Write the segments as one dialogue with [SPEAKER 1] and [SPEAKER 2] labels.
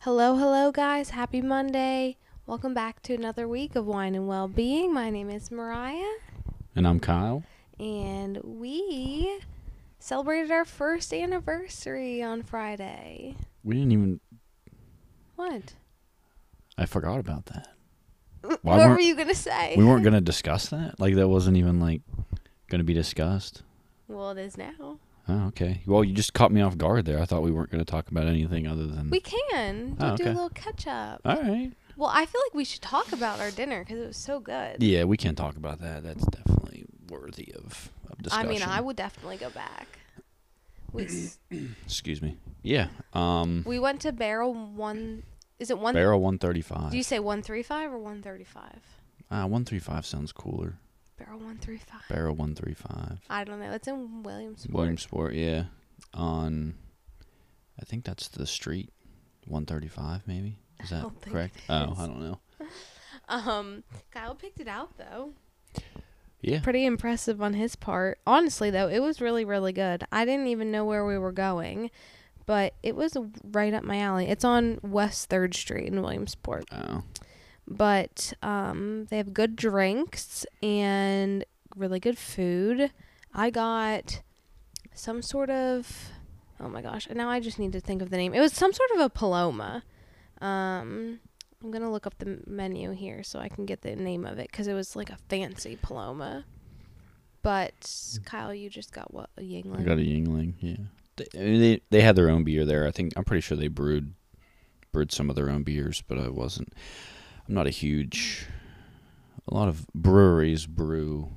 [SPEAKER 1] Hello, hello, guys. Happy Monday. Welcome back to another week of Wine and Well-Being. My name is Mariah,
[SPEAKER 2] And I'm Kyle.
[SPEAKER 1] and we celebrated our first anniversary on Friday.
[SPEAKER 2] We didn't even.
[SPEAKER 1] What?
[SPEAKER 2] I forgot about that. Why
[SPEAKER 1] what were
[SPEAKER 2] weren't-
[SPEAKER 1] you going to say?
[SPEAKER 2] We weren't gonna discuss that. Like that wasn't even like gonna be discussed.
[SPEAKER 1] well, it is now.
[SPEAKER 2] Oh, okay. Well, you just caught me off guard there. I thought we weren't gonna talk about anything other than.
[SPEAKER 1] We can
[SPEAKER 2] Oh,
[SPEAKER 1] do a
[SPEAKER 2] okay.
[SPEAKER 1] little catch-up.
[SPEAKER 2] All right.
[SPEAKER 1] Well, I feel like we should talk about our dinner because it was so good.
[SPEAKER 2] Yeah, we can talk about that. That's definitely worthy of, of
[SPEAKER 1] I
[SPEAKER 2] discussion.
[SPEAKER 1] mean, I would definitely go back. We s-
[SPEAKER 2] Excuse me. Yeah. Um.
[SPEAKER 1] we went to Barrel One. Is it one?
[SPEAKER 2] Barrel one thirty five.
[SPEAKER 1] Do you say 135 or 135?
[SPEAKER 2] Ah, one three five sounds cooler.
[SPEAKER 1] Barrel 135.
[SPEAKER 2] Barrel one three five.
[SPEAKER 1] I don't know. It's in Williamsport.
[SPEAKER 2] Williamsport. Yeah. On. I think that's the street. One thirty five maybe. Is that
[SPEAKER 1] don't think
[SPEAKER 2] correct?
[SPEAKER 1] it
[SPEAKER 2] Oh,
[SPEAKER 1] is.
[SPEAKER 2] I don't know.
[SPEAKER 1] Um, Kyle picked it out though.
[SPEAKER 2] Yeah.
[SPEAKER 1] Pretty impressive on his part. Honestly though, it was really really good. I didn't even know where we were going, but it was right up my alley. It's on West 3rd Street in Williamsport.
[SPEAKER 2] Oh.
[SPEAKER 1] but um, they have good drinks and really good food. I got some sort of oh my gosh, and now I just need to think of the name. It was some sort of a paloma. Um, I'm gonna look up the menu here so I can get the name of it because it was like a fancy paloma. But Kyle, you just got what a Yingling.
[SPEAKER 2] I Mm. got a Yingling. Yeah. They, I mean, they they had their own beer there. I think I'm pretty sure they brewed brewed some of their own beers, but I wasn't. I'm not a huge. A lot of breweries brew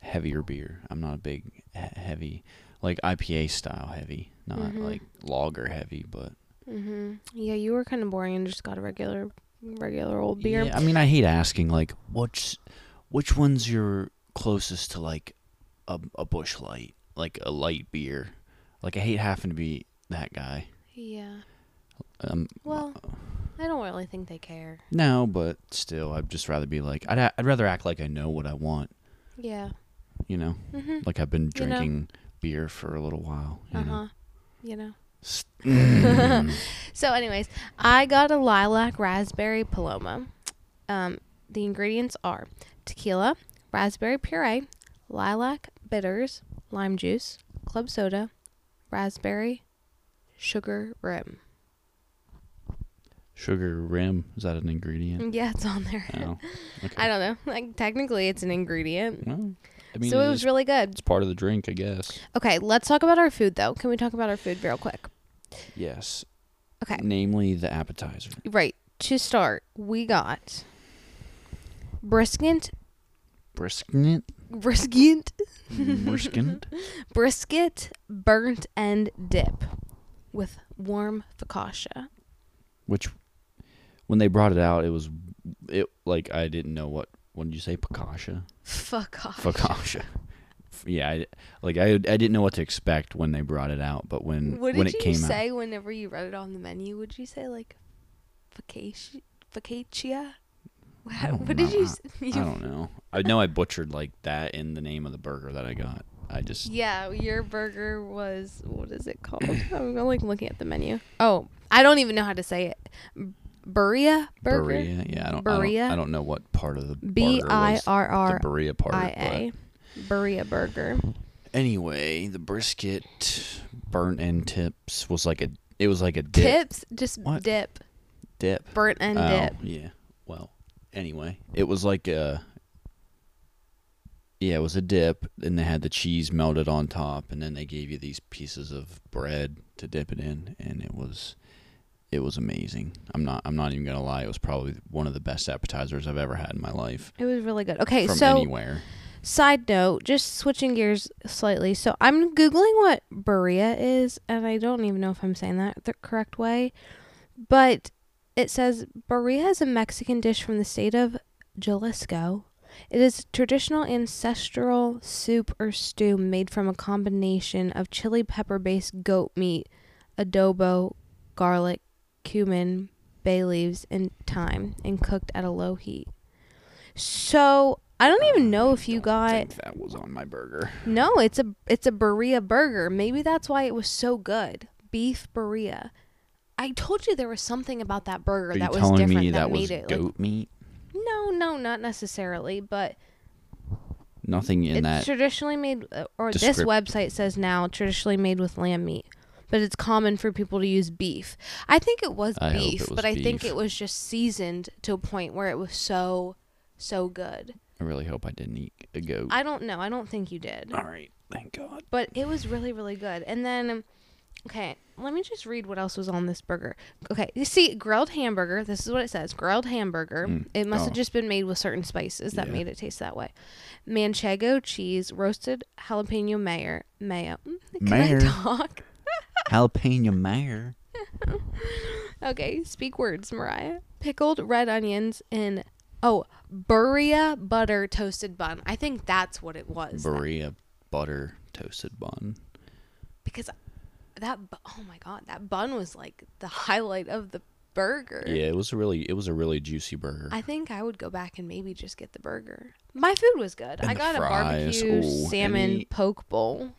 [SPEAKER 2] heavier beer. I'm not a big he- heavy like IPA style heavy, not
[SPEAKER 1] Mhm.
[SPEAKER 2] like lager heavy, but
[SPEAKER 1] Mm-hmm. Yeah, you were kind of boring and just got a regular, regular old beer.
[SPEAKER 2] Yeah, I mean, I hate asking like which which one's your closest to like a a bush light, like a light beer. Like I hate having to be that guy.
[SPEAKER 1] yeah.
[SPEAKER 2] Um,
[SPEAKER 1] Well, I don't really think they care.
[SPEAKER 2] no, but still, I'd just rather be like I'd a- I'd rather act like I know what I want.
[SPEAKER 1] Yeah.
[SPEAKER 2] You know,
[SPEAKER 1] Mm-hmm.
[SPEAKER 2] like I've been
[SPEAKER 1] You know.
[SPEAKER 2] drinking beer for a little while. You
[SPEAKER 1] Uh
[SPEAKER 2] know?
[SPEAKER 1] huh. You know.
[SPEAKER 2] S- Mm.
[SPEAKER 1] So, anyways, I got a lilac raspberry paloma. Um, the ingredients are tequila, raspberry puree, lilac bitters, lime juice, club soda, raspberry, sugar rim.
[SPEAKER 2] Sugar rim is that an ingredient?
[SPEAKER 1] Yeah, it's on there.
[SPEAKER 2] No. Okay.
[SPEAKER 1] Mm. I don't know. Like technically, it's an ingredient.
[SPEAKER 2] Well, I mean,
[SPEAKER 1] so
[SPEAKER 2] it
[SPEAKER 1] it was
[SPEAKER 2] is-
[SPEAKER 1] really good.
[SPEAKER 2] it's part of the drink, I guess.
[SPEAKER 1] Okay, let's talk about our food though. Can we talk about our food real quick?
[SPEAKER 2] Yes.
[SPEAKER 1] Okay.
[SPEAKER 2] Namely, the appetizer.
[SPEAKER 1] Right. To start, we got brisket,
[SPEAKER 2] Brisket.
[SPEAKER 1] brisket,
[SPEAKER 2] Brisket.
[SPEAKER 1] brisket, burnt and dip with warm focaccia.
[SPEAKER 2] Which, when they brought it out, it was it like I didn't know what. What did you say? Picasso.
[SPEAKER 1] Fuck off.
[SPEAKER 2] Focaccia. yeah, I, like I I didn't know what to expect when they brought it out, but when
[SPEAKER 1] What did
[SPEAKER 2] when
[SPEAKER 1] you
[SPEAKER 2] it came out,
[SPEAKER 1] say whenever you read it on the menu? Would you say like focaccia? focaccia?
[SPEAKER 2] I
[SPEAKER 1] What,
[SPEAKER 2] don't
[SPEAKER 1] what did you?
[SPEAKER 2] know.
[SPEAKER 1] s-
[SPEAKER 2] I
[SPEAKER 1] you
[SPEAKER 2] don't know. I know I butchered like that in the name of the burger that I got. I just
[SPEAKER 1] Yeah, your burger was what is it called? I'm like looking at the menu. Oh, I don't even know how to say it. B- Burria burger.
[SPEAKER 2] burrito. Yeah, I don't, I
[SPEAKER 1] Burrito?
[SPEAKER 2] don't. I don't know what part of the
[SPEAKER 1] B
[SPEAKER 2] burger
[SPEAKER 1] i
[SPEAKER 2] was
[SPEAKER 1] r
[SPEAKER 2] the
[SPEAKER 1] r
[SPEAKER 2] burrito part.
[SPEAKER 1] i
[SPEAKER 2] but-
[SPEAKER 1] a. Burria burger.
[SPEAKER 2] Anyway, the brisket burnt end tips was like a it was like a dip
[SPEAKER 1] Tips, just
[SPEAKER 2] What?
[SPEAKER 1] dip,
[SPEAKER 2] dip.
[SPEAKER 1] burnt and
[SPEAKER 2] Oh,
[SPEAKER 1] dip.
[SPEAKER 2] Yeah. Well, anyway, it was like a Yeah, it was a dip and they had the cheese melted on top and then they gave you these pieces of bread to dip it in and it was it was amazing. I'm not I'm not even going to lie, it was probably one of the best appetizers I've ever had in my life
[SPEAKER 1] It was really good. Okay,
[SPEAKER 2] from
[SPEAKER 1] so
[SPEAKER 2] anywhere.
[SPEAKER 1] side note, just switching gears slightly. So I'm googling what burria is, and I don't even know if I'm saying that the correct way, but it says burria is a Mexican dish from the state of Jalisco. It is a traditional ancestral soup or stew made from a combination of chili pepper based goat meat, adobo, garlic, cumin, bay leaves, and thyme, and cooked at a low heat. So I don't even know if you
[SPEAKER 2] I
[SPEAKER 1] got
[SPEAKER 2] think that was on my burger.
[SPEAKER 1] no, it's a it's a burrito burger. Maybe that's why it was so good. Beef burrito. I told you there was something about that burger
[SPEAKER 2] Are you
[SPEAKER 1] that was
[SPEAKER 2] telling
[SPEAKER 1] different
[SPEAKER 2] me
[SPEAKER 1] that,
[SPEAKER 2] that,
[SPEAKER 1] made
[SPEAKER 2] was
[SPEAKER 1] it.
[SPEAKER 2] goat
[SPEAKER 1] Like,
[SPEAKER 2] meat?
[SPEAKER 1] no, no, not necessarily, but
[SPEAKER 2] Nothing in
[SPEAKER 1] it's
[SPEAKER 2] that.
[SPEAKER 1] traditionally made, uh, or this
[SPEAKER 2] descript-
[SPEAKER 1] website says now traditionally made with lamb meat, but it's common for people to use beef. I think it was
[SPEAKER 2] I hope it
[SPEAKER 1] beef,
[SPEAKER 2] was
[SPEAKER 1] but I think
[SPEAKER 2] beef.
[SPEAKER 1] it was just seasoned to a point where it was so, so good.
[SPEAKER 2] I really hope I didn't eat a goat.
[SPEAKER 1] I don't know. I don't think you did.
[SPEAKER 2] All right, thank God.
[SPEAKER 1] but it was really really good and then um, okay let me just read what else was on this burger okay you see grilled hamburger this is what it says grilled hamburger
[SPEAKER 2] Mm,
[SPEAKER 1] it must have
[SPEAKER 2] oh.
[SPEAKER 1] just been made with certain spices that
[SPEAKER 2] Yeah.
[SPEAKER 1] made it taste that way manchego cheese roasted jalapeno mayo mayo Mm, can
[SPEAKER 2] Mayor.
[SPEAKER 1] i talk
[SPEAKER 2] Jalapeno mayor.
[SPEAKER 1] okay speak words mariah pickled red onions and oh burria butter toasted bun i think that's what it was that-
[SPEAKER 2] Berea butter toasted bun.
[SPEAKER 1] because that bu- oh my god that bun was like the highlight of the burger
[SPEAKER 2] Yeah, it was a really it was a really juicy burger.
[SPEAKER 1] i think i would go back and maybe just get the burger my food was good
[SPEAKER 2] And
[SPEAKER 1] i
[SPEAKER 2] the
[SPEAKER 1] got
[SPEAKER 2] fries.
[SPEAKER 1] a barbecue
[SPEAKER 2] Ooh,
[SPEAKER 1] salmon
[SPEAKER 2] any-
[SPEAKER 1] poke bowl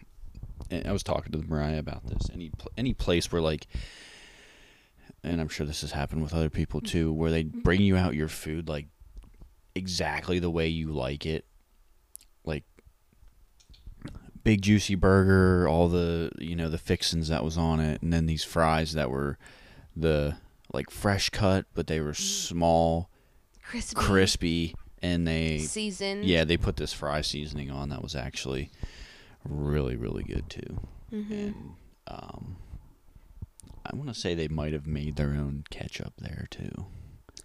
[SPEAKER 2] and I was talking to Mariah about this. Any pl- any place where like, and I'm sure this has happened with other people too, where they bring you out your food like exactly the way you like it, like big juicy burger, all the you know the fixins that was on it, and then these fries that were the like fresh cut, but they were small,
[SPEAKER 1] crispy,
[SPEAKER 2] crispy, and they
[SPEAKER 1] seasoned
[SPEAKER 2] yeah, they put this fry seasoning on that was actually really, really good too.
[SPEAKER 1] Mm-hmm.
[SPEAKER 2] And um, I want to say they might have made their own ketchup there too.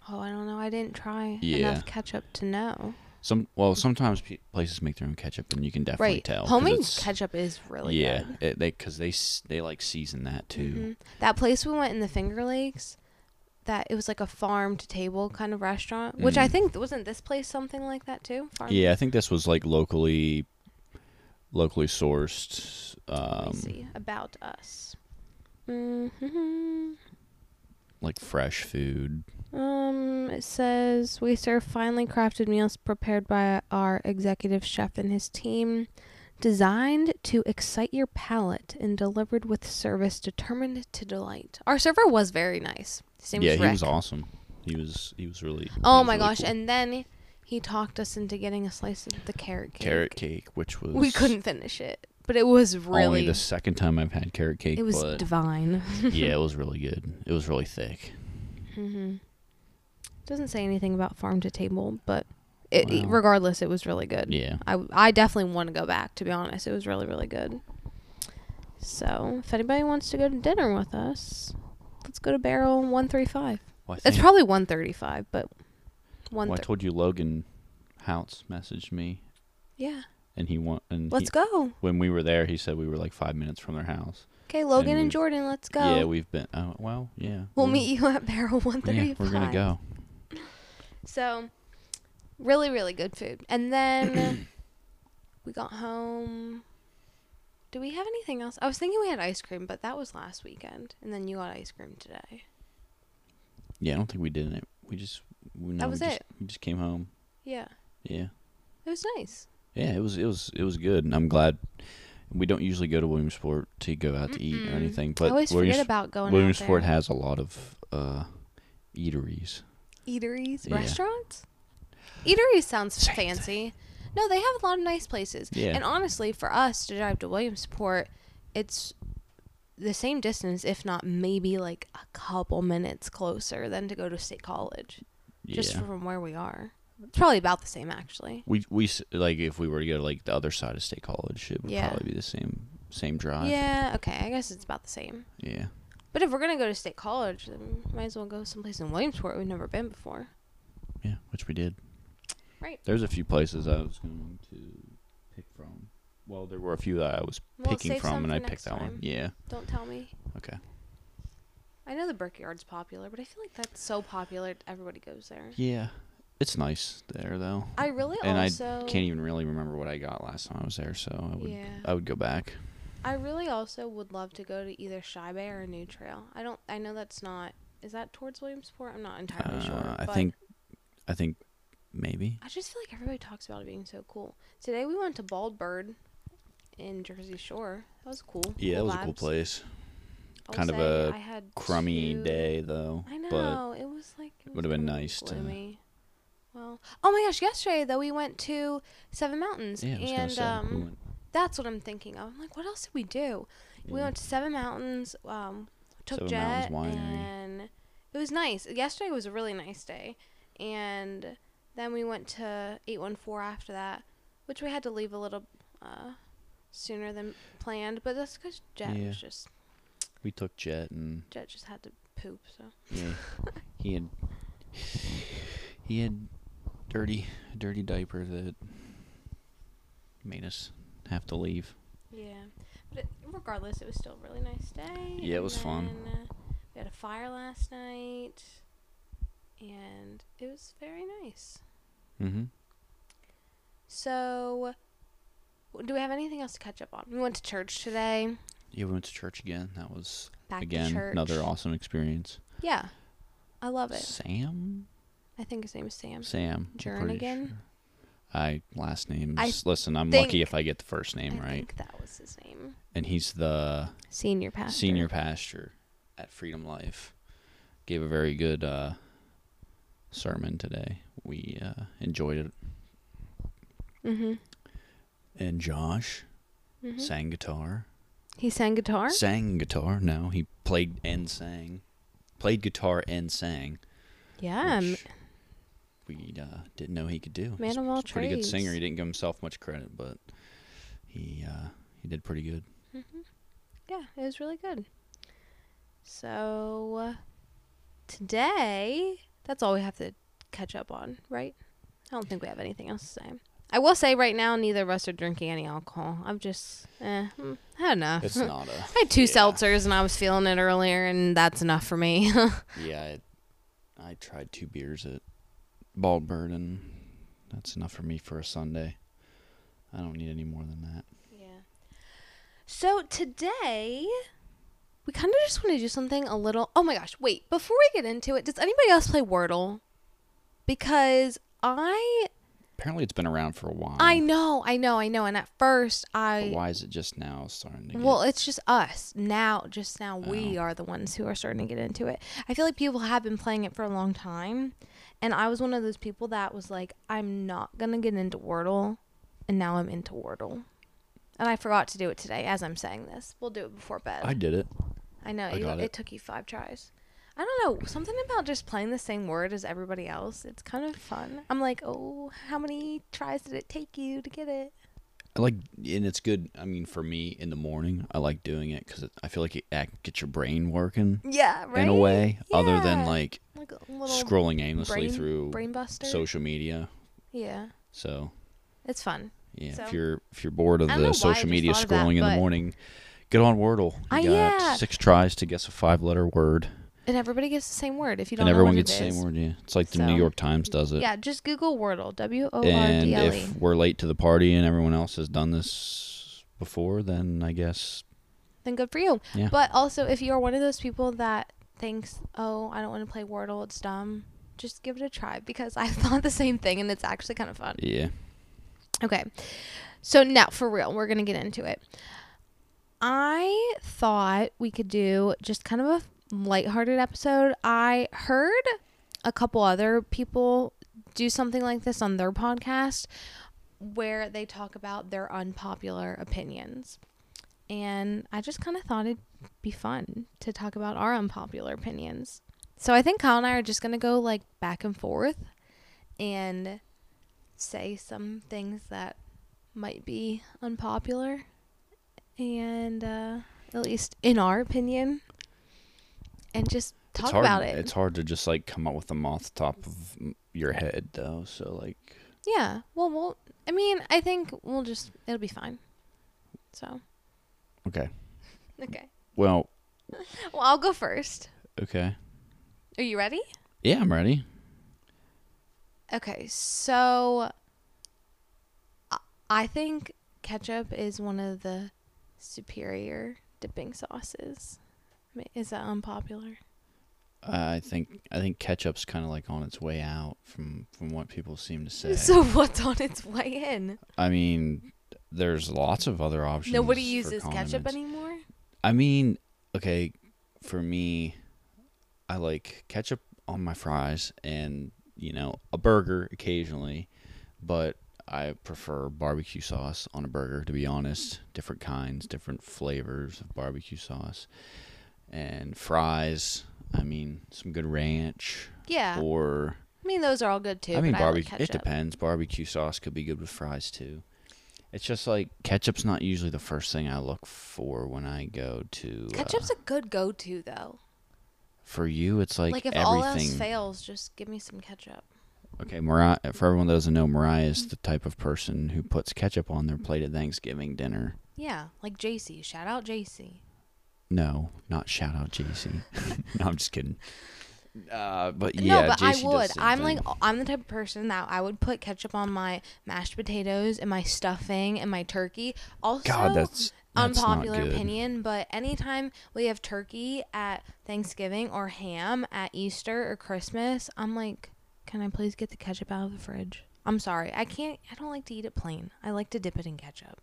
[SPEAKER 1] oh i don't know i didn't try
[SPEAKER 2] Yeah.
[SPEAKER 1] enough ketchup to know
[SPEAKER 2] Some well, sometimes pe places make their own ketchup, and you can definitely
[SPEAKER 1] right
[SPEAKER 2] tell. 'cause
[SPEAKER 1] homemade
[SPEAKER 2] it's-
[SPEAKER 1] ketchup is really
[SPEAKER 2] yeah,
[SPEAKER 1] good
[SPEAKER 2] it, they because they s- they like season that too.
[SPEAKER 1] Mhm. that place we went in the finger lakes that it was like a farm to table kind of restaurant which i
[SPEAKER 2] Mm.
[SPEAKER 1] think wasn't this place something like that too farm
[SPEAKER 2] Yeah, I think this was like locally, locally sourced.
[SPEAKER 1] Let me
[SPEAKER 2] Um,
[SPEAKER 1] see. About us. hmm
[SPEAKER 2] like fresh food.
[SPEAKER 1] Um, it says we serve finely crafted meals prepared by our executive chef and his team, designed to excite your palate and delivered with service determined to delight. Our server was very nice. His name
[SPEAKER 2] yeah,
[SPEAKER 1] was
[SPEAKER 2] he
[SPEAKER 1] Rick.
[SPEAKER 2] was awesome. He was he was really. he
[SPEAKER 1] Oh
[SPEAKER 2] was
[SPEAKER 1] my
[SPEAKER 2] really
[SPEAKER 1] gosh!
[SPEAKER 2] cool.
[SPEAKER 1] And then he talked us into getting a slice of the carrot cake.
[SPEAKER 2] carrot cake, which was
[SPEAKER 1] We couldn't finish it, but it was
[SPEAKER 2] only
[SPEAKER 1] really.
[SPEAKER 2] the second time I've had carrot cake.
[SPEAKER 1] it was
[SPEAKER 2] but
[SPEAKER 1] divine.
[SPEAKER 2] yeah, it was really good. It was really thick.
[SPEAKER 1] Mm-hmm. Doesn't say anything about farm to table, but it,
[SPEAKER 2] Wow.
[SPEAKER 1] regardless, it was really good.
[SPEAKER 2] Yeah,
[SPEAKER 1] I, I definitely want to go back, to be honest. It was really, really good. So, if anybody wants to go to dinner with us, let's go to Barrel 135.
[SPEAKER 2] well, I
[SPEAKER 1] It's
[SPEAKER 2] think-
[SPEAKER 1] probably 135, but
[SPEAKER 2] well, I
[SPEAKER 1] 135.
[SPEAKER 2] told you Logan Houts messaged me,
[SPEAKER 1] yeah.
[SPEAKER 2] and he want and
[SPEAKER 1] Let's
[SPEAKER 2] he-
[SPEAKER 1] go.
[SPEAKER 2] when we were there, he said we were like five minutes from their house.
[SPEAKER 1] Okay, Logan and
[SPEAKER 2] we've-
[SPEAKER 1] Jordan, let's go.
[SPEAKER 2] Yeah, we've been. Oh well, yeah.
[SPEAKER 1] we'll
[SPEAKER 2] we're-
[SPEAKER 1] meet you at Barrel 135.
[SPEAKER 2] Yeah, we're gonna go.
[SPEAKER 1] So, really, really good food. And then we got home. Do we have anything else? I was thinking we had ice cream, but that was last weekend. And then you got ice cream today.
[SPEAKER 2] Yeah, I don't think we did it. We just we, no,
[SPEAKER 1] was
[SPEAKER 2] we just,
[SPEAKER 1] it.
[SPEAKER 2] We just came home.
[SPEAKER 1] Yeah.
[SPEAKER 2] Yeah,
[SPEAKER 1] It was nice.
[SPEAKER 2] yeah. It was it was it was good, and I'm glad. We don't usually go to Williamsport to go out to eat or
[SPEAKER 1] Mm-mm.
[SPEAKER 2] anything,
[SPEAKER 1] I
[SPEAKER 2] but
[SPEAKER 1] always forget
[SPEAKER 2] Williams-
[SPEAKER 1] about going
[SPEAKER 2] Williamsport
[SPEAKER 1] out there.
[SPEAKER 2] has a lot of uh, eateries.
[SPEAKER 1] Eateries,
[SPEAKER 2] Yeah.
[SPEAKER 1] restaurants? Eateries sounds
[SPEAKER 2] Same thing.
[SPEAKER 1] fancy. No, they have a lot of nice places.
[SPEAKER 2] Yeah.
[SPEAKER 1] And honestly, for us to drive to Williamsport, it's the same distance, if not maybe like a couple minutes closer than to go to State College. just
[SPEAKER 2] yeah.
[SPEAKER 1] from where we are. It's probably about the same, actually.
[SPEAKER 2] We we s- like if we were to go to like the other side of State College, it would
[SPEAKER 1] Yeah.
[SPEAKER 2] probably be the same same drive.
[SPEAKER 1] Yeah, okay, I guess it's about the same.
[SPEAKER 2] Yeah.
[SPEAKER 1] But if we're gonna go to state college, then we might as well go someplace in Williamsport we've never been before.
[SPEAKER 2] Yeah, Which we did.
[SPEAKER 1] Right.
[SPEAKER 2] There's a few places I was going to pick from. Well, there were a few that I was
[SPEAKER 1] Well,
[SPEAKER 2] picking
[SPEAKER 1] save some
[SPEAKER 2] from, and
[SPEAKER 1] for
[SPEAKER 2] I
[SPEAKER 1] next
[SPEAKER 2] picked that one.
[SPEAKER 1] time.
[SPEAKER 2] Yeah.
[SPEAKER 1] Don't tell me.
[SPEAKER 2] Okay.
[SPEAKER 1] I know the Brickyard's popular, but I feel like that's so popular everybody goes there.
[SPEAKER 2] Yeah. It's nice there though.
[SPEAKER 1] I really
[SPEAKER 2] and
[SPEAKER 1] also
[SPEAKER 2] I can't even really remember what I got last time I was there, so I would
[SPEAKER 1] Oh. Yeah.
[SPEAKER 2] I would go back.
[SPEAKER 1] I really also would love to go to either Shy Bay or New Trail. I don't I know that's not is that towards Williamsport? I'm not entirely
[SPEAKER 2] Uh,
[SPEAKER 1] sure.
[SPEAKER 2] I
[SPEAKER 1] but-
[SPEAKER 2] think I think maybe.
[SPEAKER 1] I just feel like everybody talks about it being so cool. Today we went to Bald Bird in Jersey Shore. That was cool.
[SPEAKER 2] Yeah, that was a cool
[SPEAKER 1] vibes.
[SPEAKER 2] place.
[SPEAKER 1] I'll
[SPEAKER 2] kind of
[SPEAKER 1] say
[SPEAKER 2] a
[SPEAKER 1] I had
[SPEAKER 2] Crummy
[SPEAKER 1] two-
[SPEAKER 2] day though.
[SPEAKER 1] I
[SPEAKER 2] But
[SPEAKER 1] know. it was like it was
[SPEAKER 2] would've been
[SPEAKER 1] kinda
[SPEAKER 2] nice to-
[SPEAKER 1] gloomy. Well, oh my gosh! Yesterday though, we went to Seven Mountains,
[SPEAKER 2] yeah, I was
[SPEAKER 1] and
[SPEAKER 2] gonna say, we
[SPEAKER 1] um,
[SPEAKER 2] went-
[SPEAKER 1] that's what I'm thinking of. I'm like, what else did we do? We
[SPEAKER 2] yeah.
[SPEAKER 1] went to Seven Mountains, um, took
[SPEAKER 2] Seven
[SPEAKER 1] jet,
[SPEAKER 2] Mountains Winery.
[SPEAKER 1] and it was nice. Yesterday was a really nice day, and then we went to eight one four after that, which we had to leave a little uh, sooner than planned. But that's because Jet
[SPEAKER 2] Yeah.
[SPEAKER 1] was just
[SPEAKER 2] we took Jet and
[SPEAKER 1] Jet just had to poop. So
[SPEAKER 2] yeah, he had he had dirty dirty diaper that made us have to leave.
[SPEAKER 1] yeah, but it, regardless, it was still a really nice day.
[SPEAKER 2] Yeah, it
[SPEAKER 1] and
[SPEAKER 2] was fun.
[SPEAKER 1] then, uh, We had a fire last night, and it was very nice.
[SPEAKER 2] Mm-hmm.
[SPEAKER 1] So, w- do we have anything else to catch up on? We went to church today.
[SPEAKER 2] Yeah, we went to church again. That was
[SPEAKER 1] Back
[SPEAKER 2] again
[SPEAKER 1] to church.
[SPEAKER 2] another awesome experience.
[SPEAKER 1] Yeah, I love it.
[SPEAKER 2] Sam,
[SPEAKER 1] I think his name is Sam.
[SPEAKER 2] Sam I'm pretty
[SPEAKER 1] Jernigan?
[SPEAKER 2] sure. I last names.
[SPEAKER 1] I
[SPEAKER 2] Listen, I'm lucky
[SPEAKER 1] think-
[SPEAKER 2] if I get the first name
[SPEAKER 1] I
[SPEAKER 2] right.
[SPEAKER 1] think that was his name.
[SPEAKER 2] And he's the
[SPEAKER 1] Senior pastor.
[SPEAKER 2] senior pastor at Freedom Life. Gave a very good uh, sermon today. We uh, enjoyed it.
[SPEAKER 1] Mm-hmm.
[SPEAKER 2] And Josh
[SPEAKER 1] Mhm.
[SPEAKER 2] sang guitar.
[SPEAKER 1] He sang guitar.
[SPEAKER 2] Sang guitar. No, he played and sang. Played guitar and sang.
[SPEAKER 1] yeah, um, m-
[SPEAKER 2] which we uh, didn't know he could do.
[SPEAKER 1] man
[SPEAKER 2] He's
[SPEAKER 1] of
[SPEAKER 2] a
[SPEAKER 1] all
[SPEAKER 2] pretty good
[SPEAKER 1] trades.
[SPEAKER 2] singer. He didn't give himself much credit, but he uh, he did pretty good.
[SPEAKER 1] yeah, it was really good. So, today, that's all we have to catch up on, right? I don't think we have anything else to say. I will say right now, neither of us are drinking any alcohol. I'm just, eh, mm, I don't know.
[SPEAKER 2] It's not a
[SPEAKER 1] I had two
[SPEAKER 2] yeah.
[SPEAKER 1] seltzers and I was feeling it earlier, and that's enough for me.
[SPEAKER 2] Yeah, I, I tried two beers at Bald Bird, and that's enough for me for a Sunday. I don't need any more than that.
[SPEAKER 1] Yeah. So today, we kind of just want to do something a little. Oh my gosh, wait. Before we get into it, does anybody else play Wordle? Because I.
[SPEAKER 2] Apparently, it's been around for a while.
[SPEAKER 1] I know, I know, I know. And at first,
[SPEAKER 2] But
[SPEAKER 1] I.
[SPEAKER 2] why is it just now starting to get?
[SPEAKER 1] Well, it's just us now. Just now, we
[SPEAKER 2] Oh.
[SPEAKER 1] are the ones who are starting to get into it. I feel like people have been playing it for a long time, and I was one of those people that was like, I'm not gonna get into Wordle, and now I'm into Wordle, and I forgot to do it today. As I'm saying this, we'll do it before bed.
[SPEAKER 2] I
[SPEAKER 1] I,
[SPEAKER 2] did it.
[SPEAKER 1] know
[SPEAKER 2] I
[SPEAKER 1] you,
[SPEAKER 2] got
[SPEAKER 1] it.
[SPEAKER 2] it.
[SPEAKER 1] took you five tries. I don't know something about just playing the same word as everybody else. It's kind of fun. I'm like, oh, how many tries did it take you to get it?
[SPEAKER 2] I like, and it's good. I mean, for me in the morning, I like doing it because I feel like it act, gets your brain working
[SPEAKER 1] Yeah, right.
[SPEAKER 2] in a way, other than
[SPEAKER 1] Yeah.
[SPEAKER 2] like
[SPEAKER 1] like a little
[SPEAKER 2] scrolling aimlessly
[SPEAKER 1] brain-
[SPEAKER 2] through
[SPEAKER 1] brain buster.
[SPEAKER 2] social media.
[SPEAKER 1] Yeah,
[SPEAKER 2] So
[SPEAKER 1] it's fun.
[SPEAKER 2] Yeah,
[SPEAKER 1] So-
[SPEAKER 2] if you're if you're bored of
[SPEAKER 1] I don't know
[SPEAKER 2] the
[SPEAKER 1] why I
[SPEAKER 2] social
[SPEAKER 1] just
[SPEAKER 2] media
[SPEAKER 1] thought of that,
[SPEAKER 2] scrolling in the
[SPEAKER 1] but-
[SPEAKER 2] morning, get on Wordle. You
[SPEAKER 1] Ah,
[SPEAKER 2] got
[SPEAKER 1] yeah.
[SPEAKER 2] six tries to guess a five letter word,
[SPEAKER 1] And everybody gets the same word if you don't.
[SPEAKER 2] and everyone
[SPEAKER 1] know what
[SPEAKER 2] gets
[SPEAKER 1] it
[SPEAKER 2] the same
[SPEAKER 1] is.
[SPEAKER 2] word. Yeah, it's like the
[SPEAKER 1] So-
[SPEAKER 2] New York Times does it.
[SPEAKER 1] Yeah, just Google Wordle. W O R
[SPEAKER 2] and
[SPEAKER 1] D L E.
[SPEAKER 2] if we're late to the party and everyone else has done this before, then I guess
[SPEAKER 1] Then good for you.
[SPEAKER 2] yeah.
[SPEAKER 1] But also, if you're one of those people that thinks, "Oh, I don't want to play Wordle. It's dumb," just give it a try because I thought the same thing, and it's actually kind of fun.
[SPEAKER 2] yeah,
[SPEAKER 1] Okay. So now for real, we're going to get into it. I thought we could do just kind of a lighthearted episode. I heard a couple other people do something like this on their podcast where they talk about their unpopular opinions. And I just kind of thought it'd be fun to talk about our unpopular opinions. So I think Kyle and I are just going to go like back and forth and say some things that might be unpopular and uh, at least in our opinion and just talk
[SPEAKER 2] it's hard,
[SPEAKER 1] about it
[SPEAKER 2] It's hard to just like come up with them off the top of m- your head though. So like,
[SPEAKER 1] yeah well we'll i mean i think we'll just it'll be fine so
[SPEAKER 2] okay,
[SPEAKER 1] okay
[SPEAKER 2] well,
[SPEAKER 1] well i'll go first
[SPEAKER 2] okay,
[SPEAKER 1] are you ready
[SPEAKER 2] yeah, I'm ready.
[SPEAKER 1] okay so I- i think ketchup is one of the superior dipping sauces I mean, is that unpopular
[SPEAKER 2] I think I think ketchup's kind of like on its way out from from what people seem to say.
[SPEAKER 1] So what's on its way in?
[SPEAKER 2] I mean, there's lots of other options.
[SPEAKER 1] Nobody
[SPEAKER 2] for
[SPEAKER 1] uses ketchup
[SPEAKER 2] condiments.
[SPEAKER 1] anymore.
[SPEAKER 2] I mean, okay, for me, I like ketchup on my fries and, you know, a burger occasionally, but I prefer barbecue sauce on a burger, to be honest. Different kinds, different flavors of barbecue sauce. And fries, I mean, some good ranch
[SPEAKER 1] Yeah.
[SPEAKER 2] or
[SPEAKER 1] I mean, those are all good too.
[SPEAKER 2] I mean
[SPEAKER 1] but
[SPEAKER 2] barbecue.
[SPEAKER 1] like
[SPEAKER 2] it
[SPEAKER 1] ketchup.
[SPEAKER 2] depends. Barbecue sauce could be good with fries too. It's just like ketchup's not usually the first thing I look for when I go to. uh,
[SPEAKER 1] Ketchup's a good go-to though.
[SPEAKER 2] for you, it's like,
[SPEAKER 1] Like, if
[SPEAKER 2] everything.
[SPEAKER 1] all else fails, just give me some ketchup.
[SPEAKER 2] Okay, Mariah. For everyone that doesn't know, Mariah is
[SPEAKER 1] Mm-hmm.
[SPEAKER 2] the type of person who puts ketchup on their plate at Thanksgiving dinner.
[SPEAKER 1] Yeah, like JC. Shout out JC.
[SPEAKER 2] No, not shout out JC. no, I'm just kidding. Uh, but yeah,
[SPEAKER 1] no, but
[SPEAKER 2] JC
[SPEAKER 1] I would.
[SPEAKER 2] Does the same
[SPEAKER 1] I'm
[SPEAKER 2] thing.
[SPEAKER 1] like I'm the type of person that I would put ketchup on my mashed potatoes and my stuffing and my turkey. Also,
[SPEAKER 2] God, that's, that's not
[SPEAKER 1] unpopular
[SPEAKER 2] good.
[SPEAKER 1] opinion, but anytime we have turkey at Thanksgiving or ham at Easter or Christmas, I'm like, can I please get the ketchup out of the fridge? I'm sorry, I can't. I don't like to eat it plain. I like to dip it in ketchup.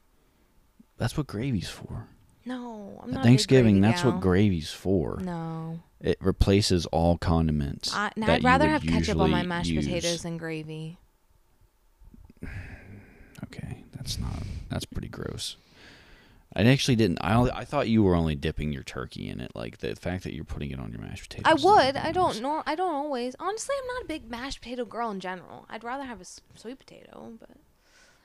[SPEAKER 2] That's what gravy's for.
[SPEAKER 1] No, I'm
[SPEAKER 2] At
[SPEAKER 1] not. a
[SPEAKER 2] Thanksgiving,
[SPEAKER 1] big gravy
[SPEAKER 2] that's what
[SPEAKER 1] gal.
[SPEAKER 2] gravy's for.
[SPEAKER 1] No,
[SPEAKER 2] It replaces all condiments.
[SPEAKER 1] I, no
[SPEAKER 2] that
[SPEAKER 1] I'd
[SPEAKER 2] you
[SPEAKER 1] rather
[SPEAKER 2] would
[SPEAKER 1] have ketchup on my
[SPEAKER 2] usually
[SPEAKER 1] mashed
[SPEAKER 2] use.
[SPEAKER 1] potatoes than gravy.
[SPEAKER 2] Okay, that's not. That's pretty gross. I actually didn't. I only, I thought you were only dipping your turkey in it. Like the fact that you're putting it on your mashed potatoes.
[SPEAKER 1] I
[SPEAKER 2] is not
[SPEAKER 1] would. I
[SPEAKER 2] nice.
[SPEAKER 1] don't know. I don't always. Honestly, I'm not a big mashed potato girl in general. I'd rather have a s- sweet potato, but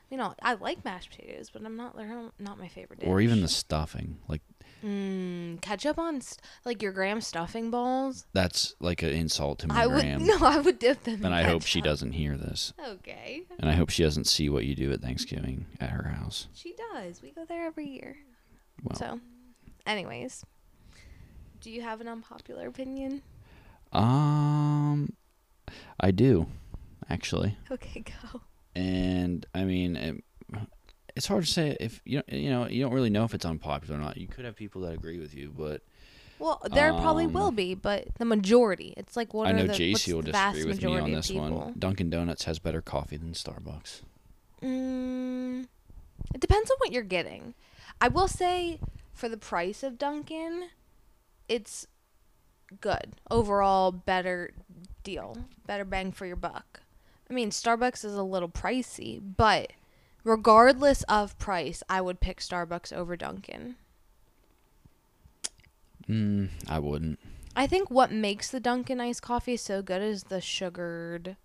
[SPEAKER 1] you know, I like mashed potatoes, but I'm not. They're not my favorite. Dish.
[SPEAKER 2] Or even the stuffing. Like
[SPEAKER 1] mm, ketchup on st- like your Graham stuffing balls.
[SPEAKER 2] that's like an insult to my
[SPEAKER 1] I would
[SPEAKER 2] Graham.
[SPEAKER 1] no. I would dip them. in
[SPEAKER 2] And I hope she
[SPEAKER 1] ketchup.
[SPEAKER 2] doesn't hear this.
[SPEAKER 1] Okay,
[SPEAKER 2] And I hope she doesn't see what you do at Thanksgiving at her house.
[SPEAKER 1] she does. We go there every year.
[SPEAKER 2] Well,
[SPEAKER 1] So, anyways, do you have an unpopular opinion?
[SPEAKER 2] um, I do, actually.
[SPEAKER 1] Okay, go.
[SPEAKER 2] and I mean, it, it's hard to say if you don't, you know you don't really know if it's unpopular or not. You could have people that agree with you, but
[SPEAKER 1] Well, there probably
[SPEAKER 2] Um,
[SPEAKER 1] will be, but the majority. It's like what
[SPEAKER 2] I
[SPEAKER 1] are
[SPEAKER 2] know
[SPEAKER 1] the, what's
[SPEAKER 2] JC will
[SPEAKER 1] the vast
[SPEAKER 2] disagree with me
[SPEAKER 1] majority
[SPEAKER 2] on
[SPEAKER 1] of
[SPEAKER 2] this
[SPEAKER 1] people?
[SPEAKER 2] one. Dunkin' Donuts has better coffee than Starbucks.
[SPEAKER 1] Mm, it depends on what you're getting. I will say, for the price of Dunkin', it's good overall. Better deal, better bang for your buck. I mean, Starbucks is a little pricey, but regardless of price, I would pick Starbucks over Dunkin'.
[SPEAKER 2] Mm, I wouldn't.
[SPEAKER 1] I think what makes the Dunkin' iced coffee so good is the sugared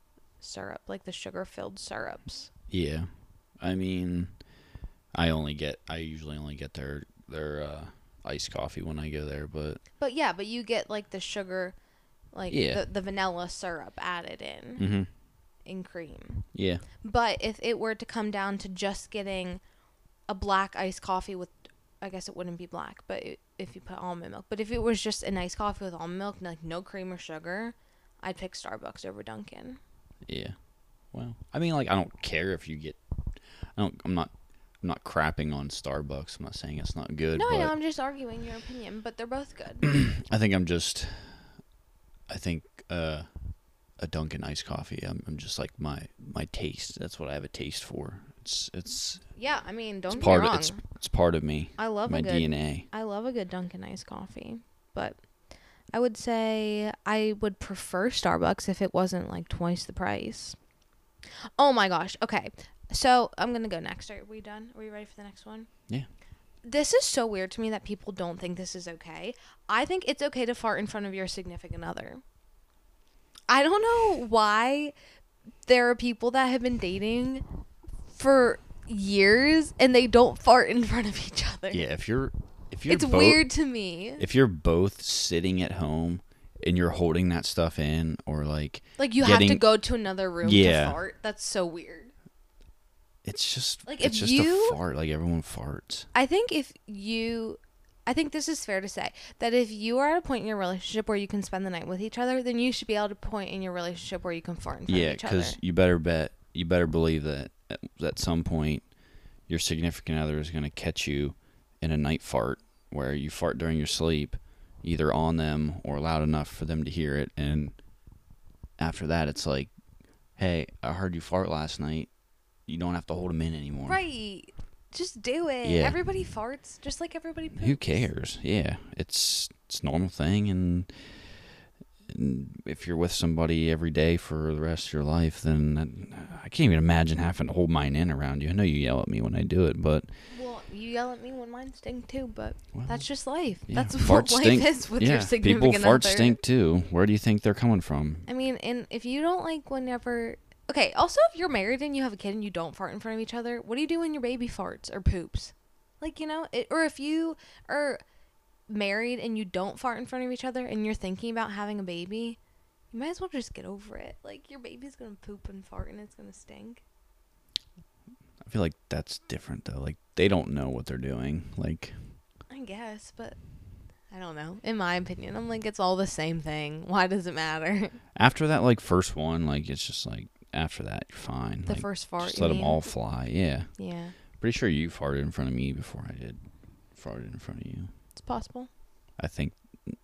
[SPEAKER 1] syrup, like the sugar-filled syrups.
[SPEAKER 2] Yeah, I mean, I only get I usually only get their their uh, iced coffee when I go there, but
[SPEAKER 1] But yeah, but you get like the sugar, like
[SPEAKER 2] Yeah.
[SPEAKER 1] the, the vanilla syrup added in
[SPEAKER 2] hmm
[SPEAKER 1] in cream.
[SPEAKER 2] yeah,
[SPEAKER 1] But if it were to come down to just getting a black iced coffee with, I guess it wouldn't be black, but i if you put almond milk. But if it was just an iced coffee with almond milk, like no cream or sugar, I'd pick Starbucks over Dunkin'.
[SPEAKER 2] yeah. Well, I mean, like I don't care if you get. I don't. I'm not. I'm not crapping on Starbucks. I'm not saying it's not good.
[SPEAKER 1] No, I
[SPEAKER 2] but
[SPEAKER 1] know I'm just arguing your opinion, but they're both good.
[SPEAKER 2] I think I'm just. I think uh, a Dunkin' iced coffee. I'm, I'm just like my my taste. That's what I have a taste for. It's it's
[SPEAKER 1] yeah, I mean, don't
[SPEAKER 2] it's
[SPEAKER 1] get
[SPEAKER 2] part
[SPEAKER 1] me
[SPEAKER 2] of
[SPEAKER 1] wrong.
[SPEAKER 2] it's it's part of me.
[SPEAKER 1] I love
[SPEAKER 2] my
[SPEAKER 1] a good
[SPEAKER 2] DNA.
[SPEAKER 1] I love a good Dunkin' iced coffee, but I would say I would prefer Starbucks if it wasn't like twice the price. Oh my gosh. Okay. So I'm going to go next. Are we done? Are we ready for the next one?
[SPEAKER 2] Yeah.
[SPEAKER 1] This is so weird to me that people don't think this is okay. I think it's okay to fart in front of your significant other. I don't know why there are people that have been dating for years and they don't fart in front of each other
[SPEAKER 2] Yeah, if you're if you're
[SPEAKER 1] it's
[SPEAKER 2] both,
[SPEAKER 1] weird to me.
[SPEAKER 2] If you're both sitting at home and you're holding that stuff in, or like
[SPEAKER 1] Like you have to
[SPEAKER 2] getting-
[SPEAKER 1] go to another room
[SPEAKER 2] Yeah.
[SPEAKER 1] to fart. That's so weird.
[SPEAKER 2] it's just
[SPEAKER 1] Like,
[SPEAKER 2] like it's
[SPEAKER 1] if
[SPEAKER 2] just
[SPEAKER 1] you-
[SPEAKER 2] a fart. Like everyone farts.
[SPEAKER 1] I think if you I think this is fair to say that if you are at a point in your relationship where you can spend the night with each other, then you should be at a point in your relationship where you can fart in front
[SPEAKER 2] Yeah,
[SPEAKER 1] of each other.
[SPEAKER 2] because you better bet you better believe that at, at some point your significant other is going to catch you in a night fart where you fart during your sleep, either on them or loud enough for them to hear it. And after that, it's like, hey, I heard you fart last night. You don't have to hold them in anymore.
[SPEAKER 1] Right. Just do it.
[SPEAKER 2] Yeah.
[SPEAKER 1] Everybody farts just like everybody poops.
[SPEAKER 2] Who cares? Yeah, it's it's a normal thing and, and if you're with somebody every day for the rest of your life then that, i can't even imagine having to hold mine in around you i know you yell at me when i do it but
[SPEAKER 1] Well, you yell at me when mine stink too, but
[SPEAKER 2] well,
[SPEAKER 1] that's just life.
[SPEAKER 2] yeah,
[SPEAKER 1] That's what
[SPEAKER 2] farts
[SPEAKER 1] life
[SPEAKER 2] stink.
[SPEAKER 1] is with your
[SPEAKER 2] yeah
[SPEAKER 1] significant
[SPEAKER 2] people fart
[SPEAKER 1] other.
[SPEAKER 2] stink too where do you think they're coming from
[SPEAKER 1] I mean, and if you don't like whenever. Okay, also, if you're married and you have a kid and you don't fart in front of each other, what do you do when your baby farts or poops? Like, you know, it, or if you are married and you don't fart in front of each other and you're thinking about having a baby, you might as well just get over it. Like, your baby's going to poop and fart and it's going to stink.
[SPEAKER 2] i feel like that's different though like they don't know what they're doing like
[SPEAKER 1] I guess, but I don't know. In my opinion, I'm like, it's all the same thing. Why does it matter?
[SPEAKER 2] after that like first one like it's just like after that you're fine
[SPEAKER 1] The
[SPEAKER 2] like,
[SPEAKER 1] first fart.
[SPEAKER 2] just
[SPEAKER 1] you
[SPEAKER 2] let them
[SPEAKER 1] mean?
[SPEAKER 2] all fly yeah
[SPEAKER 1] Yeah,
[SPEAKER 2] Pretty sure you farted in front of me before I did. Farted in front of you.
[SPEAKER 1] it's possible.
[SPEAKER 2] I think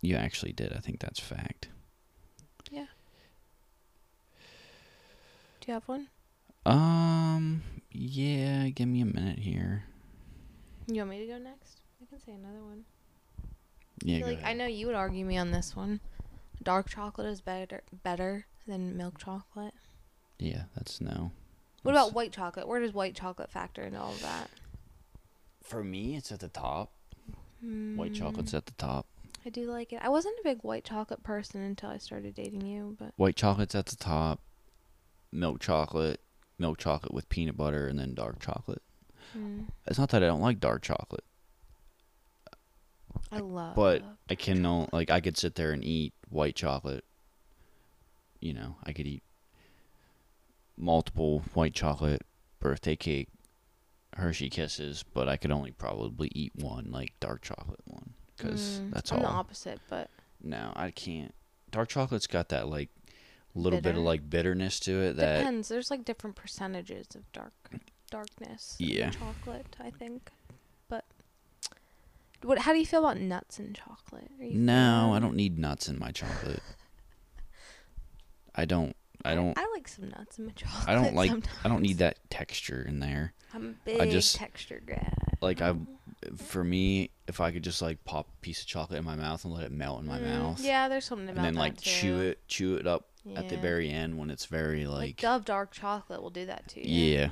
[SPEAKER 2] you actually did. I think that's fact.
[SPEAKER 1] Do you have one?
[SPEAKER 2] Um, yeah, give me a minute here.
[SPEAKER 1] You want me to go next? I can say another one.
[SPEAKER 2] Yeah,
[SPEAKER 1] feel
[SPEAKER 2] go
[SPEAKER 1] like I
[SPEAKER 2] ahead.
[SPEAKER 1] know you would argue me on this one. Dark chocolate is better better than milk chocolate.
[SPEAKER 2] Yeah, that's no.
[SPEAKER 1] What
[SPEAKER 2] That's-
[SPEAKER 1] about white chocolate? Where does white chocolate factor into all of that?
[SPEAKER 2] For me, it's at the top. White
[SPEAKER 1] Mm,
[SPEAKER 2] chocolate's at the top.
[SPEAKER 1] I do like it. I wasn't a big white chocolate person until I started dating you, but
[SPEAKER 2] White chocolate's at the top. Milk chocolate, milk chocolate with peanut butter, and then dark chocolate.
[SPEAKER 1] mm,
[SPEAKER 2] It's not that I don't like dark chocolate.
[SPEAKER 1] I love.
[SPEAKER 2] but I cannot like I could sit there and eat white chocolate. You know, I could eat multiple white chocolate birthday cake Hershey kisses, but I could only probably eat one like dark chocolate one cuz
[SPEAKER 1] Mm,
[SPEAKER 2] that's
[SPEAKER 1] I'm the
[SPEAKER 2] all.
[SPEAKER 1] opposite, but
[SPEAKER 2] no, I can't. Dark chocolate's got that like little bit
[SPEAKER 1] Bitter?
[SPEAKER 2] of like bitterness to it that
[SPEAKER 1] depends. There's like different percentages of dark darkness. in
[SPEAKER 2] Yeah.
[SPEAKER 1] Chocolate, I think, but what? How do you feel about nuts and chocolate? Are you
[SPEAKER 2] No, I
[SPEAKER 1] fan?
[SPEAKER 2] don't need nuts in my chocolate. I don't I don't
[SPEAKER 1] I like some nuts in my chocolate.
[SPEAKER 2] I don't like
[SPEAKER 1] Sometimes.
[SPEAKER 2] I don't need that texture in there.
[SPEAKER 1] I'm a big
[SPEAKER 2] just-
[SPEAKER 1] texture guy.
[SPEAKER 2] like I, for me, if I could just like pop a piece of chocolate in my mouth and let it melt in my
[SPEAKER 1] Mm,
[SPEAKER 2] mouth,
[SPEAKER 1] Yeah, there's something about
[SPEAKER 2] and then
[SPEAKER 1] that
[SPEAKER 2] like chew
[SPEAKER 1] too.
[SPEAKER 2] it, chew it up at the
[SPEAKER 1] Yeah.
[SPEAKER 2] very end when it's very
[SPEAKER 1] Like,
[SPEAKER 2] like,
[SPEAKER 1] Dove dark chocolate will do that to you.
[SPEAKER 2] yeah,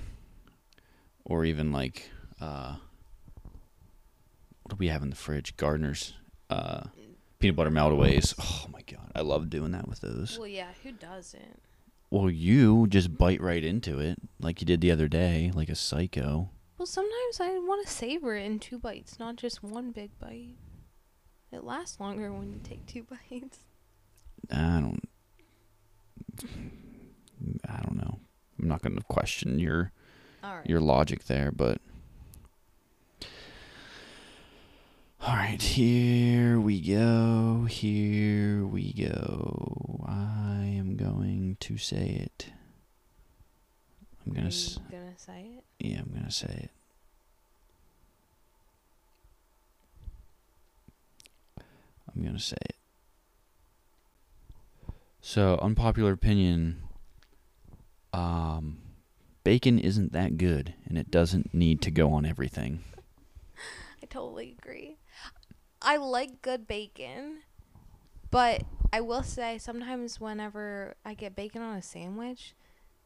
[SPEAKER 2] or even like, uh, what do we have in the fridge? Gardner's, uh, peanut butter meltaways. Oh my god, I love doing that with those.
[SPEAKER 1] Well, yeah. Who doesn't?
[SPEAKER 2] Well, you just bite right into it like you did the other day, like a psycho.
[SPEAKER 1] Well, sometimes I want to savor it in two bites, not just one big bite. It lasts longer when you take two bites.
[SPEAKER 2] I don't. I don't know. I'm not going to question your
[SPEAKER 1] All right.
[SPEAKER 2] your logic there, but all right, here we go. Here we go. I am going to say it. I'm
[SPEAKER 1] Are
[SPEAKER 2] gonna.
[SPEAKER 1] you
[SPEAKER 2] S-
[SPEAKER 1] gonna say it?
[SPEAKER 2] yeah, I'm gonna say it. I'm gonna say it. So, unpopular opinion. Um, bacon isn't that good, and it doesn't need to go on everything.
[SPEAKER 1] I totally agree. I like good bacon, but I will say sometimes whenever I get bacon on a sandwich,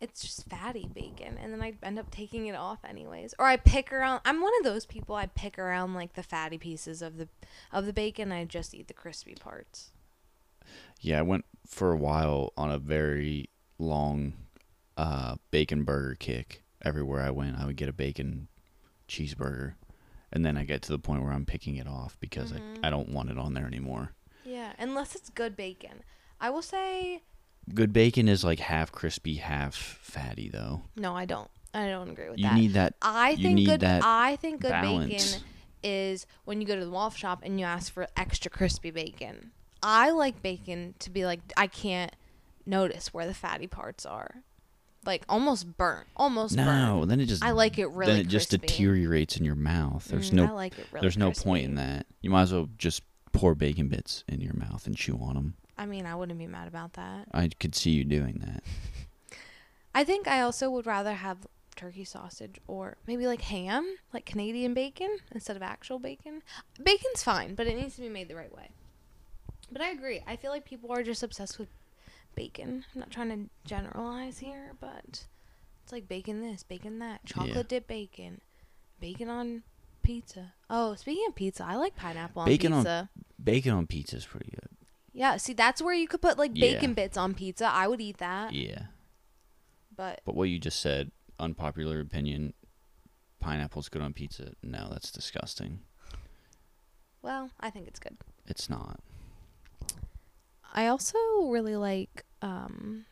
[SPEAKER 1] it's just fatty bacon, and then I end up taking it off anyways. Or I pick around. I'm one of those people. I pick around like the fatty pieces of the of the bacon. I just eat the crispy parts.
[SPEAKER 2] Yeah, I went for a while on a very long uh, bacon burger kick. Everywhere I went, I would get a bacon cheeseburger, and then I get to the point where I'm picking it off because
[SPEAKER 1] Mhm.
[SPEAKER 2] I, I don't want it on there anymore.
[SPEAKER 1] Yeah, unless it's good bacon. I will say
[SPEAKER 2] Good bacon is like half crispy, half fatty, though.
[SPEAKER 1] no. I don't. I don't agree with
[SPEAKER 2] you
[SPEAKER 1] that.
[SPEAKER 2] need that
[SPEAKER 1] I
[SPEAKER 2] you
[SPEAKER 1] think
[SPEAKER 2] need
[SPEAKER 1] good.
[SPEAKER 2] that
[SPEAKER 1] I think good
[SPEAKER 2] balance.
[SPEAKER 1] bacon is when you go to the waffle shop and you ask for extra crispy bacon. I like bacon to be like I can't notice where the fatty parts are, like almost burnt, almost
[SPEAKER 2] no,
[SPEAKER 1] burnt.
[SPEAKER 2] then it just
[SPEAKER 1] I like it really.
[SPEAKER 2] then it just
[SPEAKER 1] crispy.
[SPEAKER 2] deteriorates in your mouth. There's
[SPEAKER 1] Mm,
[SPEAKER 2] no
[SPEAKER 1] I like it really
[SPEAKER 2] there's no point
[SPEAKER 1] crispy.
[SPEAKER 2] in that. You might as well just pour bacon bits in your mouth and chew on them.
[SPEAKER 1] I mean, I wouldn't be mad about that.
[SPEAKER 2] I could see you doing that.
[SPEAKER 1] I think I also would rather have turkey sausage or maybe like ham, like Canadian bacon instead of actual bacon. Bacon's fine, but it needs to be made the right way. But I agree. I feel like people are just obsessed with bacon. I'm not trying to generalize here, but it's like bacon this, bacon that, chocolate dip bacon, bacon on pizza. Oh, speaking of pizza, I like pineapple on
[SPEAKER 2] Bacon on-
[SPEAKER 1] pizza.
[SPEAKER 2] Bacon on pizza is pretty good.
[SPEAKER 1] yeah, see, that's where you could put like
[SPEAKER 2] Yeah.
[SPEAKER 1] bacon bits on pizza. I would eat that,
[SPEAKER 2] Yeah.
[SPEAKER 1] but
[SPEAKER 2] But what you just said, unpopular opinion, pineapple's good on pizza. No, that's disgusting.
[SPEAKER 1] well, I think it's good.
[SPEAKER 2] It's not.
[SPEAKER 1] I also really like um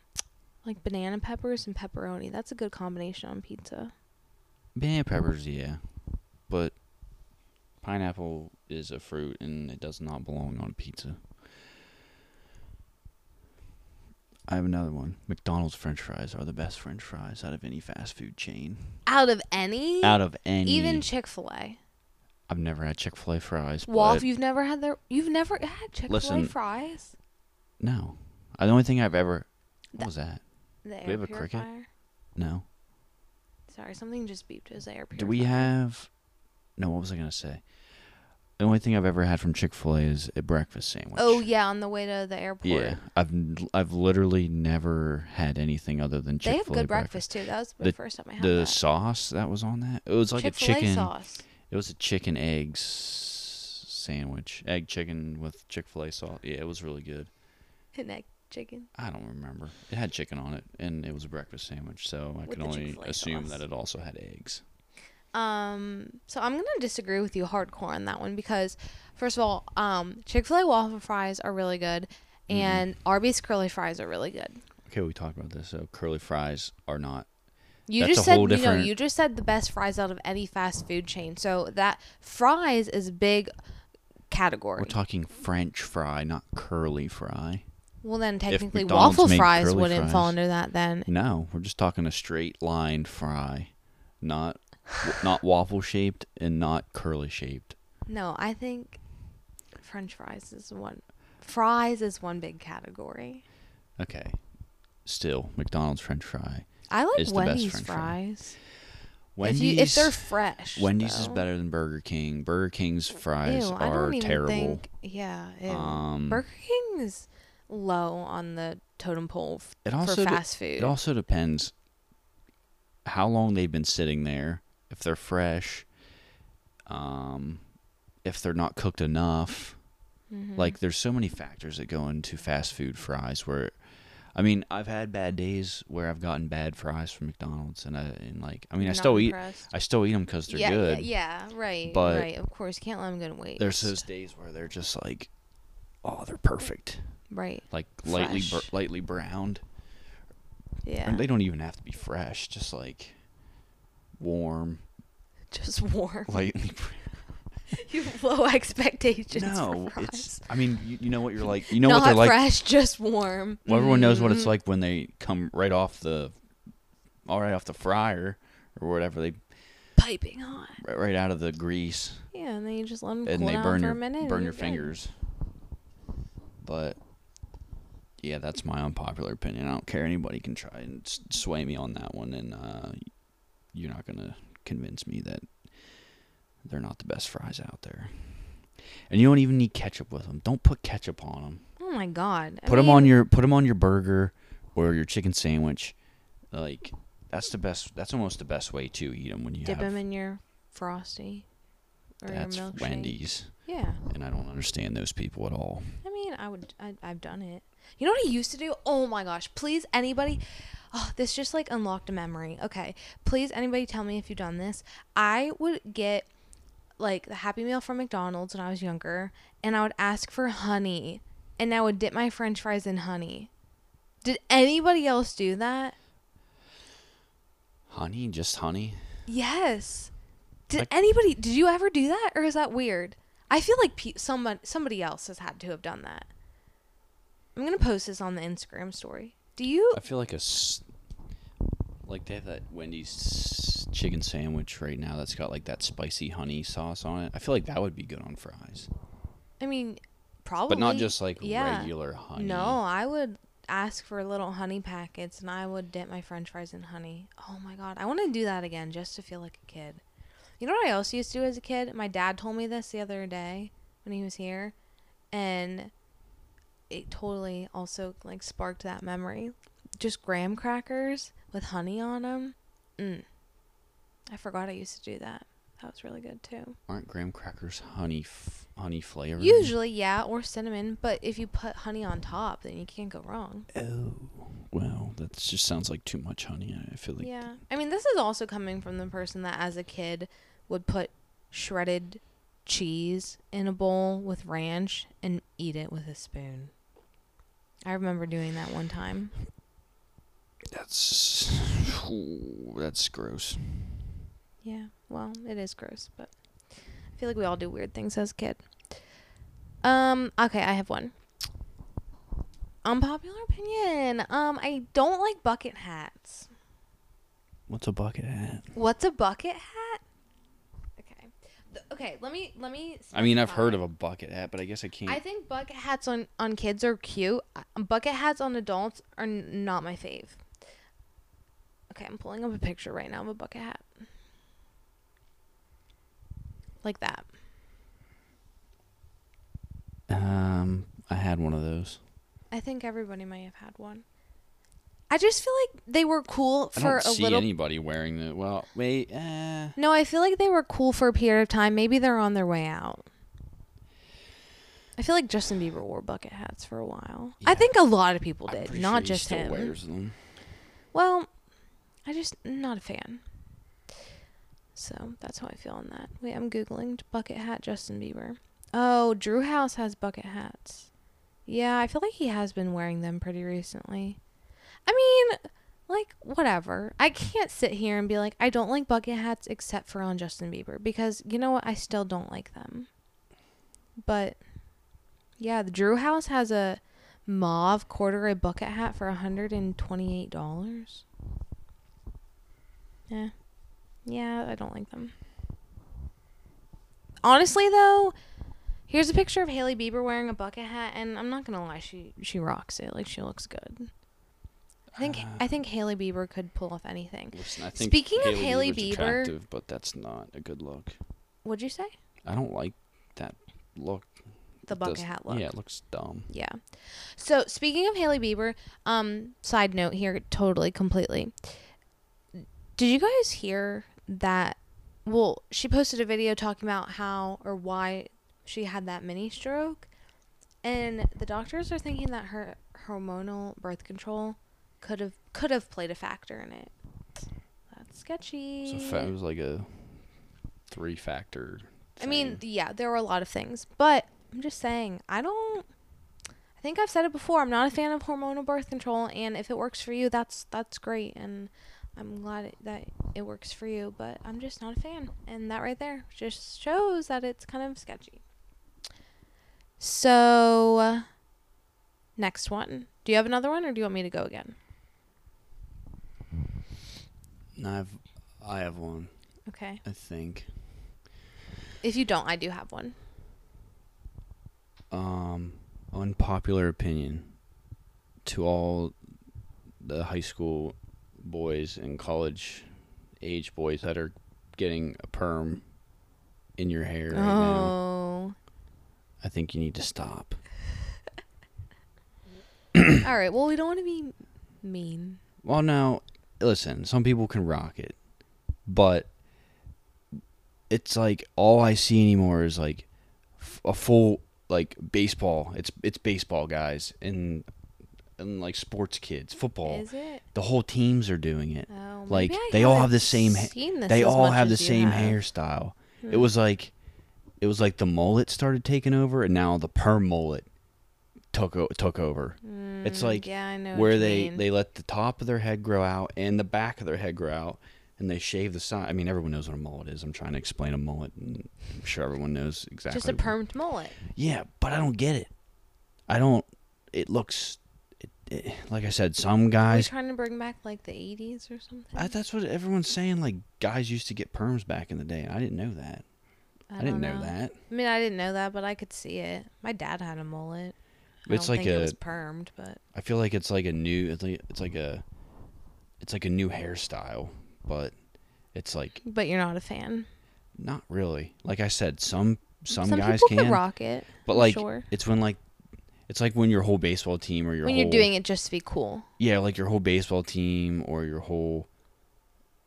[SPEAKER 1] like banana peppers and pepperoni. That's a good combination on pizza.
[SPEAKER 2] Banana peppers, yeah. But pineapple is a fruit and it does not belong on pizza. I have another one. McDonald's french fries are the best french fries out of any fast food chain.
[SPEAKER 1] Out of any,
[SPEAKER 2] Out of any.
[SPEAKER 1] E- even Chick Fil A.
[SPEAKER 2] I've never had Chick fil A fries.
[SPEAKER 1] Wolf,
[SPEAKER 2] but-
[SPEAKER 1] you've never had their you've never had Chick Fil A
[SPEAKER 2] Listen.
[SPEAKER 1] fries.
[SPEAKER 2] No. Uh, The only thing I've ever.
[SPEAKER 1] That-
[SPEAKER 2] What was that?
[SPEAKER 1] The air
[SPEAKER 2] we have a cricket?
[SPEAKER 1] purifier.
[SPEAKER 2] No.
[SPEAKER 1] Sorry, something just beeped. It was the air purifier.
[SPEAKER 2] Do we have? No, what was I gonna say? The only thing I've ever had from Chick Fil A is a breakfast sandwich.
[SPEAKER 1] Oh yeah, on the way to the airport.
[SPEAKER 2] yeah. I've n- I've literally never had anything other than
[SPEAKER 1] They
[SPEAKER 2] Chick Fil A.
[SPEAKER 1] have good breakfast, too. That was the,
[SPEAKER 2] The-
[SPEAKER 1] first time I had
[SPEAKER 2] The
[SPEAKER 1] that.
[SPEAKER 2] sauce that was on that it was like
[SPEAKER 1] Chick-fil-A
[SPEAKER 2] a chicken.
[SPEAKER 1] sauce.
[SPEAKER 2] It was a chicken egg s- sandwich, egg chicken with Chick Fil A sauce. Yeah, it was really good.
[SPEAKER 1] And egg chicken.
[SPEAKER 2] I don't remember. It had chicken on it, and it was a breakfast sandwich, so I
[SPEAKER 1] With
[SPEAKER 2] can
[SPEAKER 1] the
[SPEAKER 2] only
[SPEAKER 1] Chick-fil-A
[SPEAKER 2] assume
[SPEAKER 1] sauce.
[SPEAKER 2] that it also had eggs.
[SPEAKER 1] Um, so I'm gonna disagree with you hardcore on that one because, first of all, um, Chick Fil A waffle fries are really good,
[SPEAKER 2] Mm-hmm.
[SPEAKER 1] and Arby's curly fries are really good.
[SPEAKER 2] Okay, we talked about this. So curly fries are not
[SPEAKER 1] You
[SPEAKER 2] That's
[SPEAKER 1] just
[SPEAKER 2] a
[SPEAKER 1] said
[SPEAKER 2] whole
[SPEAKER 1] you know
[SPEAKER 2] different-
[SPEAKER 1] you just said the best fries out of any fast food chain. So that fries is a big category.
[SPEAKER 2] We're talking French fry, not curly fry.
[SPEAKER 1] well, then technically
[SPEAKER 2] McDonald's
[SPEAKER 1] waffle
[SPEAKER 2] made
[SPEAKER 1] fries
[SPEAKER 2] curly
[SPEAKER 1] wouldn't fall
[SPEAKER 2] fries-
[SPEAKER 1] under that. Then
[SPEAKER 2] No, we're just talking a straight line fry, not not waffle shaped and not curly shaped.
[SPEAKER 1] no, I think French fries is one. Fries is one big category.
[SPEAKER 2] Okay. Still, McDonald's French fry.
[SPEAKER 1] I like
[SPEAKER 2] Is the best
[SPEAKER 1] Wendy's
[SPEAKER 2] french fry.
[SPEAKER 1] fries.
[SPEAKER 2] Wendy's,
[SPEAKER 1] if, you, if they're fresh.
[SPEAKER 2] Wendy's is
[SPEAKER 1] though.
[SPEAKER 2] better than Burger King. Burger King's fries
[SPEAKER 1] Ew, I
[SPEAKER 2] are
[SPEAKER 1] don't even
[SPEAKER 2] terrible.
[SPEAKER 1] Think, yeah. ew.
[SPEAKER 2] Um,
[SPEAKER 1] Burger King is low on the totem pole f-
[SPEAKER 2] It also
[SPEAKER 1] for
[SPEAKER 2] de-
[SPEAKER 1] fast food.
[SPEAKER 2] It also depends how long they've been sitting there, if they're fresh, um, if they're not cooked enough.
[SPEAKER 1] Mm-hmm.
[SPEAKER 2] Like, there's so many factors that go into fast food fries. Where, I mean, I've had bad days where I've gotten bad fries from McDonald's, and I and like, I mean, I
[SPEAKER 1] Not
[SPEAKER 2] still eat,
[SPEAKER 1] impressed.
[SPEAKER 2] I still eat them because they're
[SPEAKER 1] yeah,
[SPEAKER 2] good.
[SPEAKER 1] Yeah, yeah, right.
[SPEAKER 2] but
[SPEAKER 1] right. Of course, can't let them go to waste.
[SPEAKER 2] There's those days where they're just like, oh, they're perfect,
[SPEAKER 1] right.
[SPEAKER 2] like lightly br-
[SPEAKER 1] Fresh.
[SPEAKER 2] lightly browned.
[SPEAKER 1] Yeah.
[SPEAKER 2] And they don't even have to be fresh, just like warm,
[SPEAKER 1] just warm.
[SPEAKER 2] lightly.
[SPEAKER 1] you have low expectations.
[SPEAKER 2] no,
[SPEAKER 1] for fries.
[SPEAKER 2] it's. I mean, you, you know what you're like. You know
[SPEAKER 1] Not
[SPEAKER 2] what they're like.
[SPEAKER 1] fresh, just warm.
[SPEAKER 2] Well, everyone knows what
[SPEAKER 1] Mm.
[SPEAKER 2] it's like when they come right off the, all right off the fryer or whatever they
[SPEAKER 1] Piping hot.
[SPEAKER 2] right, right out of the grease
[SPEAKER 1] Yeah, and then you just let them
[SPEAKER 2] and
[SPEAKER 1] cool
[SPEAKER 2] they
[SPEAKER 1] down
[SPEAKER 2] burn
[SPEAKER 1] for
[SPEAKER 2] your
[SPEAKER 1] a minute. and
[SPEAKER 2] burn
[SPEAKER 1] you're
[SPEAKER 2] your
[SPEAKER 1] good.
[SPEAKER 2] fingers. But yeah, that's my unpopular opinion. I don't care. Anybody can try and s- sway me on that one, and uh, you're not gonna convince me that they're not the best fries out there. And you don't even need ketchup with them. Don't put ketchup on them.
[SPEAKER 1] Oh my god. I
[SPEAKER 2] Put them on
[SPEAKER 1] mean,
[SPEAKER 2] your put 'em on your burger or your chicken sandwich. Like that's the best. That's almost the best way to eat them when you
[SPEAKER 1] dip
[SPEAKER 2] have.
[SPEAKER 1] them in your frosty or
[SPEAKER 2] that's
[SPEAKER 1] your milkshake.
[SPEAKER 2] Wendy's,
[SPEAKER 1] Yeah.
[SPEAKER 2] and I don't understand those people at all.
[SPEAKER 1] I mean, I would. I, I've done it. You know what I used to do? Oh my gosh! Please, anybody. Oh, this just like unlocked a memory. Okay, please, anybody, tell me if you've done this. I would get like the Happy Meal from McDonald's when I was younger, and I would ask for honey, and I would dip my French fries in honey. Did anybody else do that?
[SPEAKER 2] Honey, just honey.
[SPEAKER 1] Yes. Did
[SPEAKER 2] Like-
[SPEAKER 1] anybody? Did you ever do that, or is that weird? I feel like pe- someone, somebody else has had to have done that. I'm gonna post this on the Instagram story. Do you?
[SPEAKER 2] I feel like a s- like they have that Wendy's s- chicken sandwich right now that's got like that spicy honey sauce on it. I feel like that would be good on fries,
[SPEAKER 1] I mean, probably.
[SPEAKER 2] but not just like
[SPEAKER 1] yeah.
[SPEAKER 2] regular honey.
[SPEAKER 1] No, I would ask for little honey packets, and I would dip my French fries in honey. Oh my god, I want to do that again just to feel like a kid. You know what I also used to do as a kid? My dad told me this the other day when he was here, and it totally also like sparked that memory. Just graham crackers with honey on them. Mm. I forgot I used to do that. That was really good too.
[SPEAKER 2] Aren't graham crackers honey f- honey flavored?
[SPEAKER 1] Usually, yeah, or cinnamon, but if you put honey on top, then you can't go wrong.
[SPEAKER 2] Oh. Wow, that just sounds like too much honey. I feel like
[SPEAKER 1] yeah. I mean, this is also coming from the person that as a kid would put shredded cheese in a bowl with ranch and eat it with a spoon. I remember doing that one time.
[SPEAKER 2] that's Ooh, that's gross.
[SPEAKER 1] Yeah. Well, it is gross, but I feel like we all do weird things as a kid. Um, okay, I have one. Unpopular opinion. Um, I don't like bucket hats.
[SPEAKER 2] What's a bucket hat?
[SPEAKER 1] What's a bucket hat? Okay. Th- okay, let me let me
[SPEAKER 2] I mean, I've heard
[SPEAKER 1] specify.
[SPEAKER 2] of a bucket hat, but I guess I can't.
[SPEAKER 1] I think bucket hats on on kids are cute. Uh, Bucket hats on adults are n- not my fave. Okay, I'm pulling up a picture right now of a bucket hat. Like that.
[SPEAKER 2] um, I had one of those.
[SPEAKER 1] I think everybody may have had one. I just feel like they were cool
[SPEAKER 2] I
[SPEAKER 1] for
[SPEAKER 2] don't
[SPEAKER 1] a
[SPEAKER 2] see
[SPEAKER 1] little
[SPEAKER 2] anybody wearing the. Well, wait. Uh,
[SPEAKER 1] No, I feel like they were cool for a period of time. Maybe they're on their way out. I feel like Justin Bieber wore bucket hats for a while. I
[SPEAKER 2] Yeah.
[SPEAKER 1] think a lot of people
[SPEAKER 2] I'm
[SPEAKER 1] did,
[SPEAKER 2] pretty sure
[SPEAKER 1] not
[SPEAKER 2] he
[SPEAKER 1] just
[SPEAKER 2] still
[SPEAKER 1] him.
[SPEAKER 2] Wears them.
[SPEAKER 1] Well, I just not a fan. So that's how I feel on that. Wait, I'm googling bucket hat Justin Bieber. Oh, Drew House has bucket hats. Yeah, I feel like he has been wearing them pretty recently. I mean, like whatever. I can't sit here and be like I don't like bucket hats except for on Justin Bieber because you know what? I still don't like them. But yeah, the Drew House has a mauve corduroy bucket hat for $128. Yeah. Yeah, I don't like them. Honestly though, here's a picture of Hailey Bieber wearing a bucket hat and I'm not going to lie, she she rocks it. Like she looks good. I think I think Hailey Bieber could pull off anything.
[SPEAKER 2] Listen, I think
[SPEAKER 1] Speaking of Hailey
[SPEAKER 2] Bieber's
[SPEAKER 1] Bieber-
[SPEAKER 2] attractive, but that's not a good look.
[SPEAKER 1] Would you say?
[SPEAKER 2] I don't like that look.
[SPEAKER 1] The
[SPEAKER 2] It
[SPEAKER 1] bucket
[SPEAKER 2] does-
[SPEAKER 1] hat look.
[SPEAKER 2] Yeah, it looks dumb.
[SPEAKER 1] Yeah. So speaking of Haley Bieber, um, side note here, totally, completely. Did you guys hear that? Well, she posted a video talking about how or why she had that mini stroke, and the doctors are thinking that her hormonal birth control could have could have played a factor in it. That's sketchy.
[SPEAKER 2] So fa- it was like a three factor.
[SPEAKER 1] I mean, yeah, there were a lot of things, but I'm just saying, I don't. I think I've said it before. I'm not a fan of hormonal birth control, and if it works for you, that's that's great, and I'm glad it, that it works for you. But I'm just not a fan, and that right there just shows that it's kind of sketchy. So, uh, next one. Do you have another one, or do you want me to go again?
[SPEAKER 2] I've I have one.
[SPEAKER 1] Okay.
[SPEAKER 2] I think.
[SPEAKER 1] If you don't, I do have one.
[SPEAKER 2] Um, unpopular opinion to all the high school boys and college age boys that are getting a perm in your hair right now.
[SPEAKER 1] oh.
[SPEAKER 2] I think you need to stop.
[SPEAKER 1] All right. Well, we don't want to be mean.
[SPEAKER 2] Well, now, listen, some people can rock it, but it's like all I see anymore is like f- a full like baseball. It's it's baseball guys and and like sports kids, football.
[SPEAKER 1] Is it?
[SPEAKER 2] the whole teams are doing it.
[SPEAKER 1] Oh,
[SPEAKER 2] like
[SPEAKER 1] maybe I
[SPEAKER 2] they all
[SPEAKER 1] haven't
[SPEAKER 2] have the same ha-
[SPEAKER 1] seen this
[SPEAKER 2] they
[SPEAKER 1] as
[SPEAKER 2] all
[SPEAKER 1] much
[SPEAKER 2] have the
[SPEAKER 1] as you
[SPEAKER 2] same
[SPEAKER 1] have. Hmm.
[SPEAKER 2] hairstyle. It was like it was like the mullet started taking over and now the perm mullet took o- took over. it's
[SPEAKER 1] Mm,
[SPEAKER 2] like
[SPEAKER 1] yeah, I know what
[SPEAKER 2] where
[SPEAKER 1] you
[SPEAKER 2] they
[SPEAKER 1] mean.
[SPEAKER 2] they let the top of their head grow out and the back of their head grow out and they shave the side. I mean everyone knows what a mullet is. I'm trying to explain a mullet and I'm sure everyone knows exactly.
[SPEAKER 1] just a
[SPEAKER 2] what-
[SPEAKER 1] permed mullet.
[SPEAKER 2] yeah, but I don't get it. I don't it looks it, it, like I said some
[SPEAKER 1] Are we
[SPEAKER 2] guys
[SPEAKER 1] trying to bring back like the '80s or something?
[SPEAKER 2] I, that's what everyone's saying. Like guys used to get perms back in the day, and I didn't know that. I,
[SPEAKER 1] don't
[SPEAKER 2] didn't know, that.
[SPEAKER 1] I mean, I didn't know that, but I could see it. My dad had a mullet. I
[SPEAKER 2] It's
[SPEAKER 1] don't
[SPEAKER 2] like
[SPEAKER 1] think it was
[SPEAKER 2] a.
[SPEAKER 1] permed, but
[SPEAKER 2] I feel like it's like a new. It's like it's like a. It's like a new hairstyle, but it's like
[SPEAKER 1] but you're not a fan.
[SPEAKER 2] not really. Like I said, some some,
[SPEAKER 1] Some
[SPEAKER 2] guys
[SPEAKER 1] people
[SPEAKER 2] can,
[SPEAKER 1] rock it,
[SPEAKER 2] but
[SPEAKER 1] I'm
[SPEAKER 2] like
[SPEAKER 1] sure.
[SPEAKER 2] it's when like. It's like when your whole baseball team or your
[SPEAKER 1] when
[SPEAKER 2] whole,
[SPEAKER 1] you're doing it just to be cool.
[SPEAKER 2] yeah, like your whole baseball team or your whole.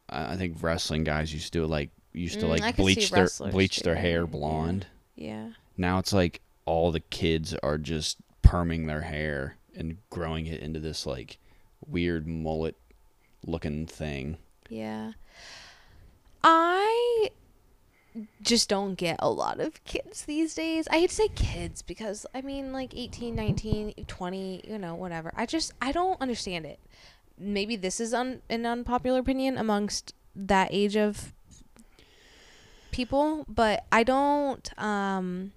[SPEAKER 2] I I think wrestling guys used to do it like used to
[SPEAKER 1] Mm,
[SPEAKER 2] like
[SPEAKER 1] I could see
[SPEAKER 2] bleach their
[SPEAKER 1] wrestlers
[SPEAKER 2] bleach their
[SPEAKER 1] do
[SPEAKER 2] hair
[SPEAKER 1] that, yeah.
[SPEAKER 2] blonde.
[SPEAKER 1] Yeah.
[SPEAKER 2] Now it's like all the kids are just perming their hair and growing it into this like weird mullet looking thing.
[SPEAKER 1] Yeah. I just don't get a lot of kids these days. I hate to say kids because I mean like 18, 19, 20, you know, whatever. I just I don't understand it. Maybe this is un- an unpopular opinion amongst that age of people, but I don't um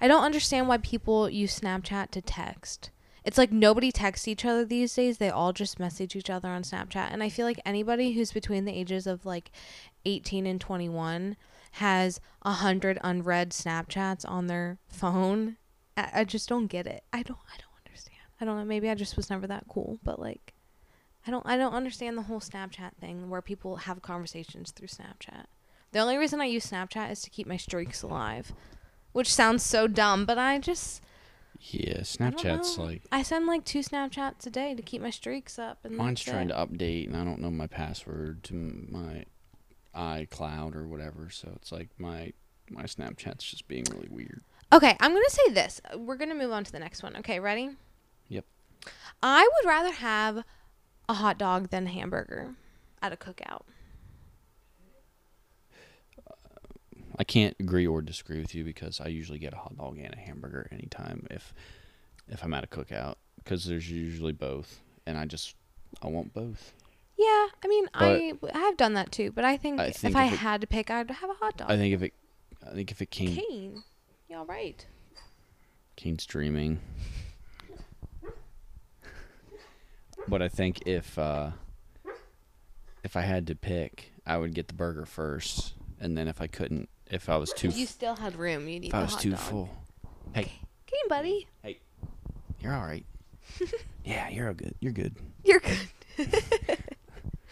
[SPEAKER 1] I don't understand why people use Snapchat to text. It's like nobody texts each other these days. They all just message each other on Snapchat. And I feel like anybody who's between the ages of like 18 and 21 has a 100 unread Snapchats on their phone. I, I just don't get it. I don't I don't understand. I don't know. Maybe I just was never that cool, but like I don't I don't understand the whole Snapchat thing where people have conversations through Snapchat. The only reason I use Snapchat is to keep my streaks alive, which sounds so dumb, but I just
[SPEAKER 2] Yeah,
[SPEAKER 1] I don't
[SPEAKER 2] Snapchat's
[SPEAKER 1] know.
[SPEAKER 2] like
[SPEAKER 1] I send like two Snapchats a day to keep my streaks up. And
[SPEAKER 2] mine's
[SPEAKER 1] that's
[SPEAKER 2] trying
[SPEAKER 1] it.
[SPEAKER 2] to update and I don't know my password to m- my iCloud or whatever, so it's like my my Snapchat's just being really weird.
[SPEAKER 1] Okay, I'm gonna say this. We're gonna move on to the next one. Okay, ready?
[SPEAKER 2] Yep.
[SPEAKER 1] I would rather have a hot dog than a hamburger at a cookout.
[SPEAKER 2] I can't agree or disagree with you because I usually get a hot dog and a hamburger anytime if if I'm at a cookout because there's usually both, and I just I want both.
[SPEAKER 1] Yeah, I mean, I I have done that too, but I think,
[SPEAKER 2] I think
[SPEAKER 1] if I
[SPEAKER 2] if it-
[SPEAKER 1] had to pick, I'd have a hot dog.
[SPEAKER 2] I think if it, I think if it came
[SPEAKER 1] Kane, y'all right?
[SPEAKER 2] Kane streaming, but I think if uh, if I had to pick, I would get the burger first, and then if I couldn't, if I was too
[SPEAKER 1] You still had room. You'd eat
[SPEAKER 2] if I
[SPEAKER 1] the
[SPEAKER 2] was
[SPEAKER 1] hot
[SPEAKER 2] too
[SPEAKER 1] dog.
[SPEAKER 2] full, hey,
[SPEAKER 1] Kane, buddy,
[SPEAKER 2] hey, you're all right. yeah, you're all good. You're good.
[SPEAKER 1] you're good.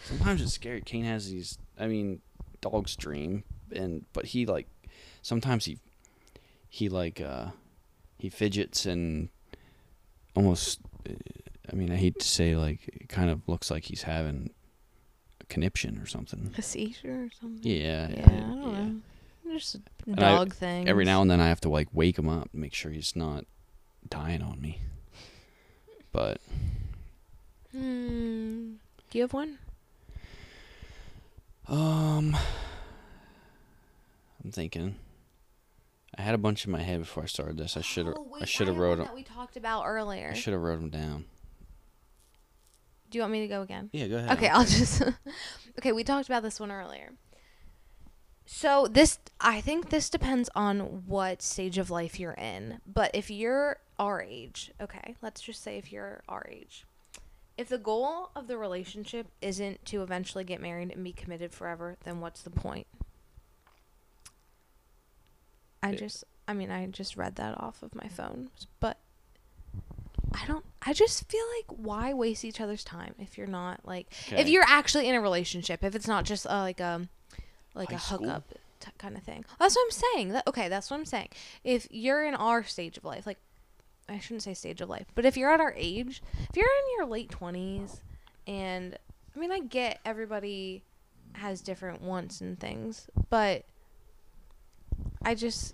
[SPEAKER 2] Sometimes it's scary. Kane has these. I mean, dogs dream, and but he like sometimes he he like uh he fidgets and almost. uh, I mean, I hate to say like it kind of looks like he's having a conniption or something.
[SPEAKER 1] A seizure or something.
[SPEAKER 2] Yeah.
[SPEAKER 1] Yeah, I don't know. Just
[SPEAKER 2] I-
[SPEAKER 1] dog thing.
[SPEAKER 2] Every now and then I have to like wake him up, and make sure he's not dying on me. But
[SPEAKER 1] Hmm. Do you have one?
[SPEAKER 2] Um, I'm thinking. I had a bunch in my head before I started this. I should have.
[SPEAKER 1] Oh, wait,
[SPEAKER 2] I should have
[SPEAKER 1] have
[SPEAKER 2] wrote
[SPEAKER 1] one
[SPEAKER 2] them.
[SPEAKER 1] that we talked about earlier.
[SPEAKER 2] I should have wrote them down.
[SPEAKER 1] Do you want me to go again?
[SPEAKER 2] Yeah, go ahead.
[SPEAKER 1] Okay, I'll just. okay, we talked about this one earlier. So this, I think this depends on what stage of life you're in. But if you're our age, okay, let's just say if you're our age, if the goal of the relationship isn't to eventually get married and be committed forever, then what's the point? I
[SPEAKER 2] Yeah.
[SPEAKER 1] just, I mean, I just read that off of my phone, but I don't. I just feel like why waste each other's time if you're not like if
[SPEAKER 2] Okay.
[SPEAKER 1] you're actually in a relationship, if it's not just uh, like a like
[SPEAKER 2] High
[SPEAKER 1] a
[SPEAKER 2] school?
[SPEAKER 1] hookup t- kind of thing. That's what I'm saying. That, okay, that's what I'm saying. If you're in our stage of life, like I shouldn't say stage of life, but if you're at our age, if you're in your late twenties, and I mean, I get everybody has different wants and things, but I just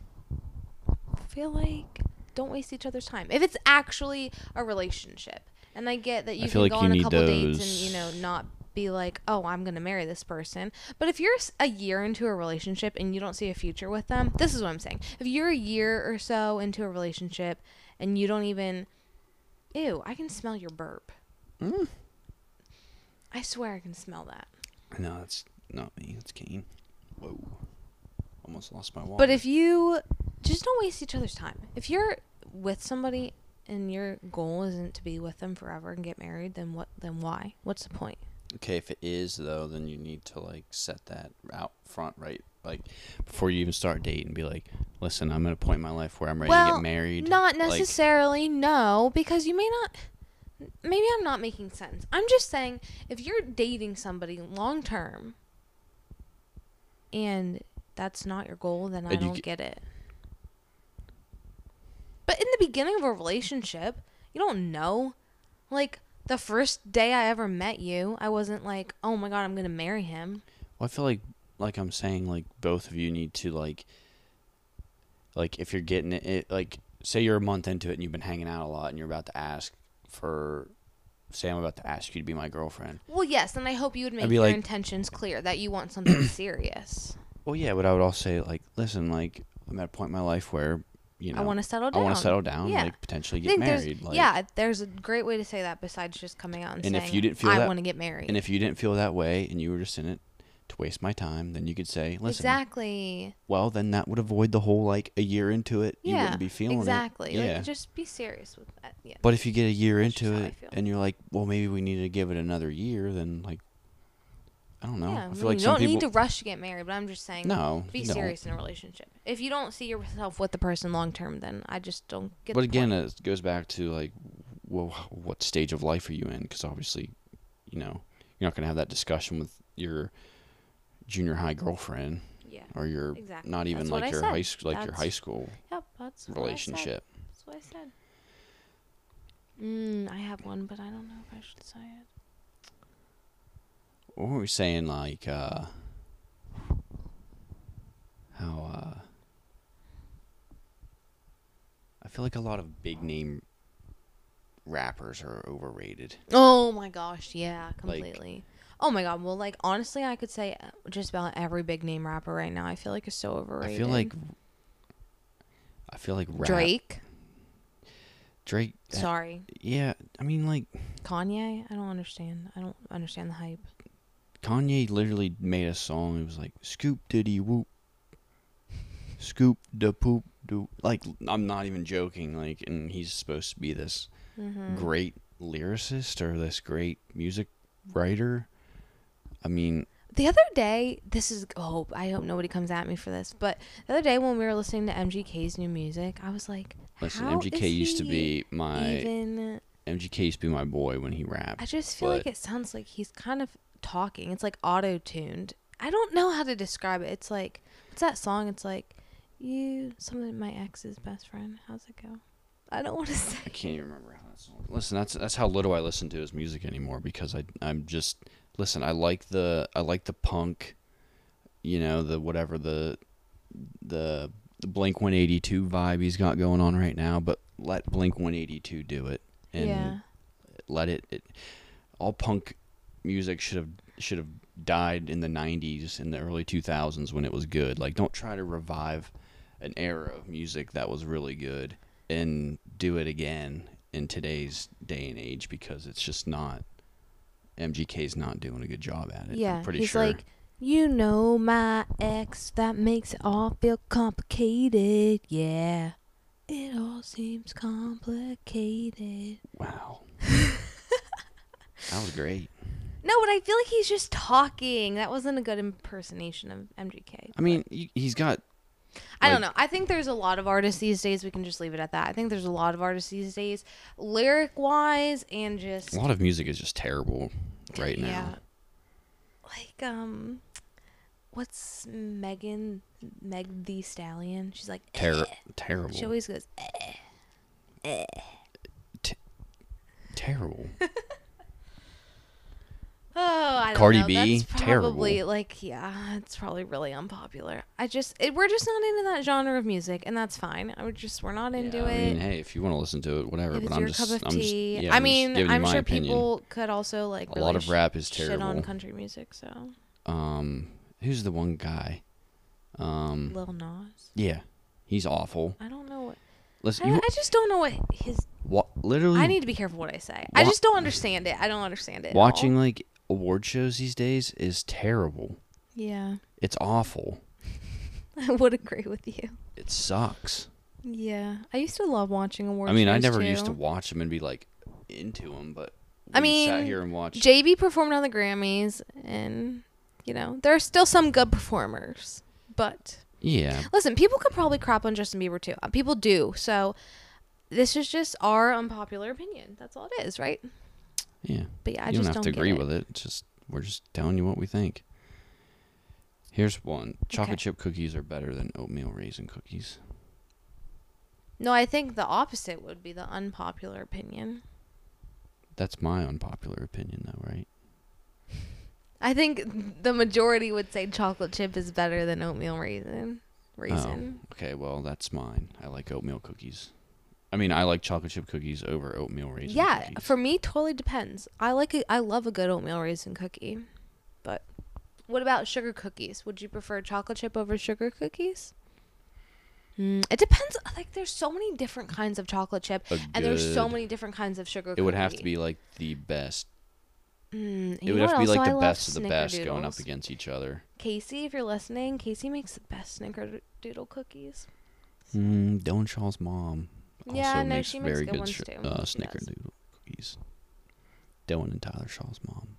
[SPEAKER 1] feel like don't waste each other's time. If it's actually a relationship, and I get that you can
[SPEAKER 2] feel like
[SPEAKER 1] go
[SPEAKER 2] you
[SPEAKER 1] on a
[SPEAKER 2] need
[SPEAKER 1] couple dates and
[SPEAKER 2] those-
[SPEAKER 1] you know not be like, oh, I'm gonna marry this person. But if you're s- a year into a relationship and you don't see a future with them, this is what I'm saying. If you're a year or so into a relationship and you don't even, ew, I can smell your burp.
[SPEAKER 2] Mm.
[SPEAKER 1] I swear I can smell that.
[SPEAKER 2] No, that's not me. That's Kane. Whoa. Almost lost my wallet.
[SPEAKER 1] But if you just don't waste each other's time. If you're with somebody and your goal isn't to be with them forever and get married, then what? Then why? What's the point?
[SPEAKER 2] okay, if it is though, then you need to like set that out front, right? Like before you even start dating, be like, listen, I'm at a point in my life where I'm ready to
[SPEAKER 1] Well,
[SPEAKER 2] get married.
[SPEAKER 1] Not
[SPEAKER 2] Like,
[SPEAKER 1] necessarily, no, because you may not. Maybe I'm not making sense. I'm just saying if you're dating somebody long term and that's not your goal, then I
[SPEAKER 2] And you
[SPEAKER 1] don't
[SPEAKER 2] g-
[SPEAKER 1] get it. But in the beginning of a relationship, you don't know. Like the first day I ever met you, I wasn't like, "Oh my god, I'm going to marry him."
[SPEAKER 2] Well, I feel like like I'm saying like both of you need to like like if you're getting it, it like say you're a month into it and you've been hanging out a lot and you're about to ask for say I'm about to ask you to be my girlfriend.
[SPEAKER 1] Well, yes, and I hope you would make
[SPEAKER 2] be
[SPEAKER 1] your
[SPEAKER 2] like-
[SPEAKER 1] intentions clear that you want something serious.
[SPEAKER 2] Well, yeah, but I would also say like listen, like I'm at a point in my life where you know
[SPEAKER 1] I want to settle
[SPEAKER 2] I
[SPEAKER 1] down.
[SPEAKER 2] want to settle down,
[SPEAKER 1] Yeah.
[SPEAKER 2] like potentially
[SPEAKER 1] I
[SPEAKER 2] get
[SPEAKER 1] think there's-
[SPEAKER 2] married. Like,
[SPEAKER 1] yeah, there's a great way to say that besides just coming out and,
[SPEAKER 2] And
[SPEAKER 1] saying,
[SPEAKER 2] if you didn't feel
[SPEAKER 1] "I
[SPEAKER 2] that-
[SPEAKER 1] want to get married."
[SPEAKER 2] And if you didn't feel that way and you were just in it to waste my time, then you could say, listen,
[SPEAKER 1] exactly.
[SPEAKER 2] well, then that would avoid the whole like a year into it. You
[SPEAKER 1] Yeah.
[SPEAKER 2] wouldn't be feeling
[SPEAKER 1] exactly.
[SPEAKER 2] it.
[SPEAKER 1] Like,
[SPEAKER 2] Yeah.
[SPEAKER 1] just be serious with that. Yeah.
[SPEAKER 2] but if you get a year
[SPEAKER 1] That's just
[SPEAKER 2] into
[SPEAKER 1] how I
[SPEAKER 2] it
[SPEAKER 1] feel.
[SPEAKER 2] and you're like, well, maybe we need to give it another year, then like, I don't know.
[SPEAKER 1] yeah,
[SPEAKER 2] I
[SPEAKER 1] I
[SPEAKER 2] feel
[SPEAKER 1] mean,
[SPEAKER 2] like
[SPEAKER 1] you
[SPEAKER 2] some
[SPEAKER 1] don't
[SPEAKER 2] people.
[SPEAKER 1] need to rush to get married, but I'm just saying
[SPEAKER 2] no.
[SPEAKER 1] be
[SPEAKER 2] you don't.
[SPEAKER 1] serious in a relationship. If you don't see yourself with the person long term, then I just don't get
[SPEAKER 2] But
[SPEAKER 1] the
[SPEAKER 2] again,
[SPEAKER 1] point.
[SPEAKER 2] it goes back to like, well, h- what stage of life are you in? Because obviously, you know, you're not going to have that discussion with your junior high girlfriend
[SPEAKER 1] yeah.
[SPEAKER 2] or your
[SPEAKER 1] Exactly.
[SPEAKER 2] not even
[SPEAKER 1] That's what I
[SPEAKER 2] like your
[SPEAKER 1] said.
[SPEAKER 2] high school like your
[SPEAKER 1] That's-
[SPEAKER 2] high school
[SPEAKER 1] Yep, that's what I said.
[SPEAKER 2] relationship.
[SPEAKER 1] That's what I said. Mm, I have one, but I don't know if I should say it.
[SPEAKER 2] What were we saying like uh how uh I feel like a lot of big name rappers are overrated.
[SPEAKER 1] Oh my gosh, yeah,
[SPEAKER 2] Like-
[SPEAKER 1] completely. oh my god, well, like honestly, I could say uh, just about every big name rapper right now. I feel like is so overrated.
[SPEAKER 2] I feel like I feel like rap,
[SPEAKER 1] Drake.
[SPEAKER 2] Drake uh,
[SPEAKER 1] Sorry,
[SPEAKER 2] yeah, I mean like
[SPEAKER 1] Kanye. I don't understand. I don't understand the hype.
[SPEAKER 2] Kanye literally made a song. It was like scoop diddy whoop, scoop da poop do. Like I'm not even joking. Like, and he's supposed to be this
[SPEAKER 1] Mm-hmm.
[SPEAKER 2] great lyricist or this great music writer. I mean,
[SPEAKER 1] The other day, this is oh, I hope nobody comes at me for this, but the other day when we were listening to MGK's new music, I was like,
[SPEAKER 2] listen,
[SPEAKER 1] How
[SPEAKER 2] MGK
[SPEAKER 1] is
[SPEAKER 2] used to
[SPEAKER 1] he
[SPEAKER 2] be my
[SPEAKER 1] even
[SPEAKER 2] MGK used to be my boy when he rapped.
[SPEAKER 1] I just feel like
[SPEAKER 2] but-
[SPEAKER 1] it sounds like he's kind of talking. It's like auto-tuned. I don't know how to describe it. It's like what's that song? It's like you something my ex's best friend. How's it go? I don't want to say.
[SPEAKER 2] I can't even remember how that song. Listen, that's that's how little I listen to his music anymore because I I'm just listen. I like the I like the punk, you know the whatever the the the Blink One Eighty Two vibe he's got going on right now. But let Blink One Eighty Two do it and
[SPEAKER 1] yeah.
[SPEAKER 2] let it, it. All punk music should have should have died in the '90s and the early 2000s when it was good. Like don't try to revive an era of music that was really good and do it again in today's day and age because it's just not MGK's not doing a good job at it.
[SPEAKER 1] Yeah.
[SPEAKER 2] I'm pretty
[SPEAKER 1] he's
[SPEAKER 2] sure.
[SPEAKER 1] like you know my ex that makes it all feel complicated. Yeah. It all seems complicated.
[SPEAKER 2] wow. that was great.
[SPEAKER 1] No, but I feel like he's just talking. That wasn't a good impersonation of MGK.
[SPEAKER 2] I mean, he- he's got
[SPEAKER 1] I don't
[SPEAKER 2] Like-
[SPEAKER 1] know. I think there's a lot of artists these days. We can just leave it at that. I think there's a lot of artists these days, lyric wise, and just
[SPEAKER 2] a lot of music is just terrible right now.
[SPEAKER 1] Like um, what's Megan Meg the Stallion? She's like eh.
[SPEAKER 2] Ter- terrible.
[SPEAKER 1] She always goes. eh.
[SPEAKER 2] terrible.
[SPEAKER 1] Oh, I don't
[SPEAKER 2] Cardi
[SPEAKER 1] know.
[SPEAKER 2] B,
[SPEAKER 1] That's probably
[SPEAKER 2] terrible.
[SPEAKER 1] like yeah, it's probably really unpopular. I just it, we're just not into that genre of music, and that's fine. I would just we're not into
[SPEAKER 2] Yeah, I
[SPEAKER 1] it.
[SPEAKER 2] mean, hey, if you want to listen to it, whatever.
[SPEAKER 1] if
[SPEAKER 2] but
[SPEAKER 1] it's
[SPEAKER 2] I'm
[SPEAKER 1] your
[SPEAKER 2] just,
[SPEAKER 1] cup of
[SPEAKER 2] I'm just,
[SPEAKER 1] tea,
[SPEAKER 2] yeah,
[SPEAKER 1] I
[SPEAKER 2] I'm just
[SPEAKER 1] mean,
[SPEAKER 2] giving you
[SPEAKER 1] I'm
[SPEAKER 2] my
[SPEAKER 1] sure
[SPEAKER 2] opinion.
[SPEAKER 1] people could also like
[SPEAKER 2] a lot
[SPEAKER 1] really
[SPEAKER 2] of rap is
[SPEAKER 1] shit on
[SPEAKER 2] terrible.
[SPEAKER 1] country music. So
[SPEAKER 2] Um, who's the one guy? Um,
[SPEAKER 1] Lil Nas,
[SPEAKER 2] yeah, he's awful.
[SPEAKER 1] I don't know what.
[SPEAKER 2] Listen,
[SPEAKER 1] I,
[SPEAKER 2] you,
[SPEAKER 1] I just don't know what his.
[SPEAKER 2] wa- literally
[SPEAKER 1] I need to be careful what I say. I
[SPEAKER 2] Wa-
[SPEAKER 1] just don't understand it. I don't understand it. at all.
[SPEAKER 2] watching like award shows these days is terrible.
[SPEAKER 1] Yeah,
[SPEAKER 2] It's awful.
[SPEAKER 1] I would agree with you.
[SPEAKER 2] It sucks.
[SPEAKER 1] Yeah, I used to love watching awards.
[SPEAKER 2] I mean, I
[SPEAKER 1] shows,
[SPEAKER 2] never
[SPEAKER 1] too.
[SPEAKER 2] used to watch them and be like into them, but
[SPEAKER 1] I
[SPEAKER 2] we sat
[SPEAKER 1] mean,
[SPEAKER 2] here and watched.
[SPEAKER 1] JB performed on the Grammys, and you know there are still some good performers, but.
[SPEAKER 2] yeah,
[SPEAKER 1] Listen, people could probably crap on Justin Bieber too. Uh, People do. So this is just our unpopular opinion. That's all it is, right?
[SPEAKER 2] yeah.
[SPEAKER 1] But yeah, I
[SPEAKER 2] you
[SPEAKER 1] just
[SPEAKER 2] don't have
[SPEAKER 1] don't
[SPEAKER 2] to agree
[SPEAKER 1] get it.
[SPEAKER 2] with it. It's just we're just telling you what we think. Here's one: chocolate
[SPEAKER 1] Okay.
[SPEAKER 2] chip cookies are better than oatmeal raisin cookies.
[SPEAKER 1] No, I think the opposite would be the unpopular opinion.
[SPEAKER 2] That's my unpopular opinion, though, right?
[SPEAKER 1] I think the majority would say chocolate chip is better than oatmeal raisin. Raisin.
[SPEAKER 2] Oh, okay. Well, that's mine. I like oatmeal cookies. I mean, I like chocolate chip cookies over oatmeal raisin.
[SPEAKER 1] yeah,
[SPEAKER 2] cookies.
[SPEAKER 1] for me totally depends. I like a, I love a good oatmeal raisin cookie. But what about sugar cookies? Would you prefer chocolate chip over sugar cookies? Mm, it depends. Like, there's so many different kinds of chocolate chip,
[SPEAKER 2] A
[SPEAKER 1] and there's so
[SPEAKER 2] good-
[SPEAKER 1] many different kinds of sugar.
[SPEAKER 2] It would have to
[SPEAKER 1] cookie.
[SPEAKER 2] be like the best.
[SPEAKER 1] Mm,
[SPEAKER 2] It
[SPEAKER 1] you
[SPEAKER 2] would
[SPEAKER 1] know
[SPEAKER 2] have
[SPEAKER 1] what
[SPEAKER 2] to be like
[SPEAKER 1] also
[SPEAKER 2] the
[SPEAKER 1] I love?
[SPEAKER 2] best of the best going up
[SPEAKER 1] Snickerdoodles.
[SPEAKER 2] against each other.
[SPEAKER 1] Casey, if you're listening, Casey makes the best snickerdoodle cookies.
[SPEAKER 2] Mm, Don Shaw's mom also
[SPEAKER 1] Yeah, no,
[SPEAKER 2] makes
[SPEAKER 1] she makes
[SPEAKER 2] very
[SPEAKER 1] good
[SPEAKER 2] good
[SPEAKER 1] ones
[SPEAKER 2] sh-
[SPEAKER 1] too. She
[SPEAKER 2] Uh,
[SPEAKER 1] does.
[SPEAKER 2] snickerdoodle cookies. Dylan and Tyler Shaw's mom.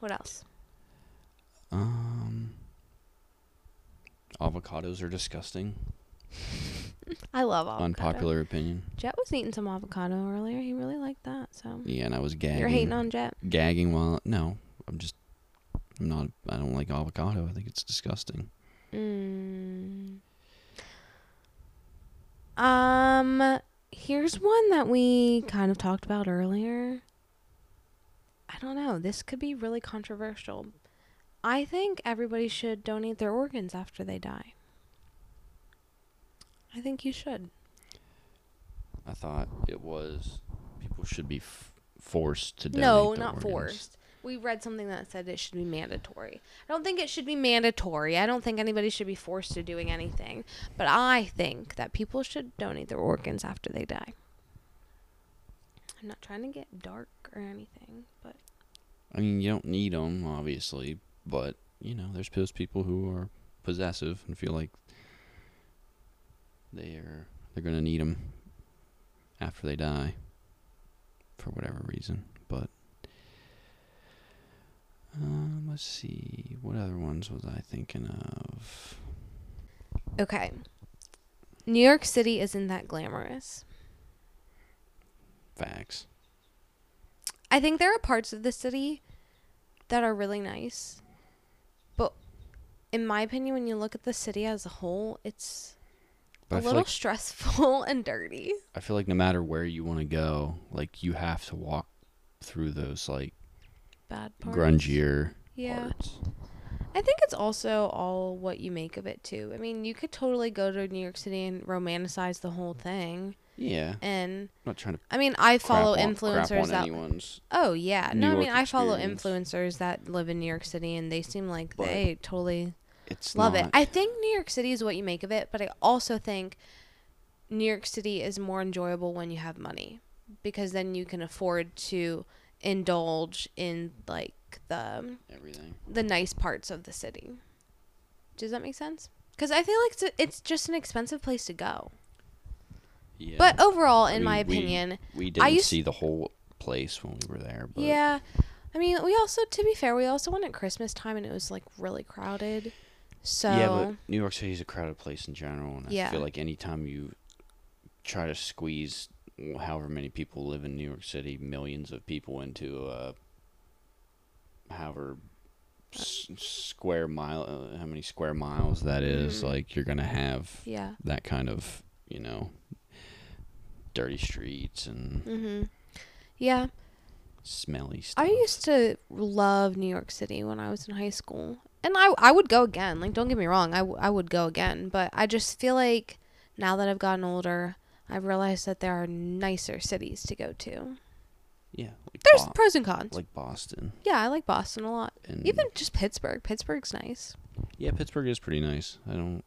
[SPEAKER 1] What else?
[SPEAKER 2] Um, avocados are disgusting.
[SPEAKER 1] I love avocado.
[SPEAKER 2] Unpopular opinion.
[SPEAKER 1] Jet was eating some avocado earlier. He really liked that. So
[SPEAKER 2] Yeah, and I was gagging.
[SPEAKER 1] you're hating on Jet.
[SPEAKER 2] gagging while no, I'm just I'm not I don't like avocado. I think it's disgusting.
[SPEAKER 1] Mm. Um, here's one that we kind of talked about earlier. I don't know. This could be really controversial. I think everybody should donate their organs after they die. I think you should.
[SPEAKER 2] I thought it was people should be f- forced to donate
[SPEAKER 1] no,
[SPEAKER 2] their
[SPEAKER 1] not
[SPEAKER 2] organs.
[SPEAKER 1] forced. We read something that said it should be mandatory. I don't think it should be mandatory. I don't think anybody should be forced to doing anything. But I think that people should donate their organs after they die. I'm not trying to get dark or anything, but
[SPEAKER 2] I mean, you don't need them obviously, but you know, there's those people who are possessive and feel like they're they're going to need them after they die for whatever reason, but um, let's see. What other ones was I thinking of?
[SPEAKER 1] okay. New York City isn't that glamorous.
[SPEAKER 2] Facts.
[SPEAKER 1] I think there are parts of the city that are really nice. But in my opinion, when you look at the city as a whole, it's
[SPEAKER 2] But I
[SPEAKER 1] a
[SPEAKER 2] feel
[SPEAKER 1] little
[SPEAKER 2] like
[SPEAKER 1] stressful and dirty.
[SPEAKER 2] I feel like no matter where you want to go, like you have to walk through those like
[SPEAKER 1] Bad parts.
[SPEAKER 2] grungier
[SPEAKER 1] Yeah.
[SPEAKER 2] parts.
[SPEAKER 1] I think it's also all what you make of it too. I mean, you could totally go to New York City and romanticize the whole thing.
[SPEAKER 2] Yeah. I'm
[SPEAKER 1] And
[SPEAKER 2] not trying to
[SPEAKER 1] I mean, I follow
[SPEAKER 2] crap on, crap
[SPEAKER 1] influencers
[SPEAKER 2] on
[SPEAKER 1] that
[SPEAKER 2] anyone's.
[SPEAKER 1] Oh yeah.
[SPEAKER 2] New
[SPEAKER 1] no, I
[SPEAKER 2] York
[SPEAKER 1] mean, I follow
[SPEAKER 2] experience.
[SPEAKER 1] influencers that live in New York City and they seem like
[SPEAKER 2] But
[SPEAKER 1] they totally
[SPEAKER 2] It's
[SPEAKER 1] Love
[SPEAKER 2] not,
[SPEAKER 1] it. I think New York City is what you make of it, but I also think New York City is more enjoyable when you have money because then you can afford to indulge in like the
[SPEAKER 2] everything.
[SPEAKER 1] the nice parts of the city. Does that make sense? Because I feel like it's, it's just an expensive place to go.
[SPEAKER 2] Yeah.
[SPEAKER 1] But overall, in
[SPEAKER 2] mean,
[SPEAKER 1] my
[SPEAKER 2] we-
[SPEAKER 1] opinion,
[SPEAKER 2] we didn't
[SPEAKER 1] used-
[SPEAKER 2] see the whole place when we were there. But
[SPEAKER 1] yeah. I mean, we also, to be fair, we also went at Christmas time and it was like really crowded. So
[SPEAKER 2] Yeah, but New York City's a crowded place in general, and
[SPEAKER 1] Yeah.
[SPEAKER 2] I feel like anytime you try to squeeze however many people live in New York City, millions of people into a however s- square mile, uh, how many square miles that is,
[SPEAKER 1] Mhm.
[SPEAKER 2] like you're gonna have
[SPEAKER 1] yeah.
[SPEAKER 2] that kind of you know dirty streets and
[SPEAKER 1] Mhm. Yeah.
[SPEAKER 2] smelly stuff.
[SPEAKER 1] I used to love New York City when I was in high school. And I, I would go again. Like, don't get me wrong, I, w- I would go again. But I just feel like now that I've gotten older, I've realized that there are nicer cities to go to.
[SPEAKER 2] yeah, like,
[SPEAKER 1] There's
[SPEAKER 2] Bo-
[SPEAKER 1] pros and cons.
[SPEAKER 2] like Mm. Boston
[SPEAKER 1] yeah, I like Boston a lot.
[SPEAKER 2] and
[SPEAKER 1] Even just Pittsburgh. Pittsburgh's nice.
[SPEAKER 2] Yeah, Pittsburgh is pretty nice. I don't,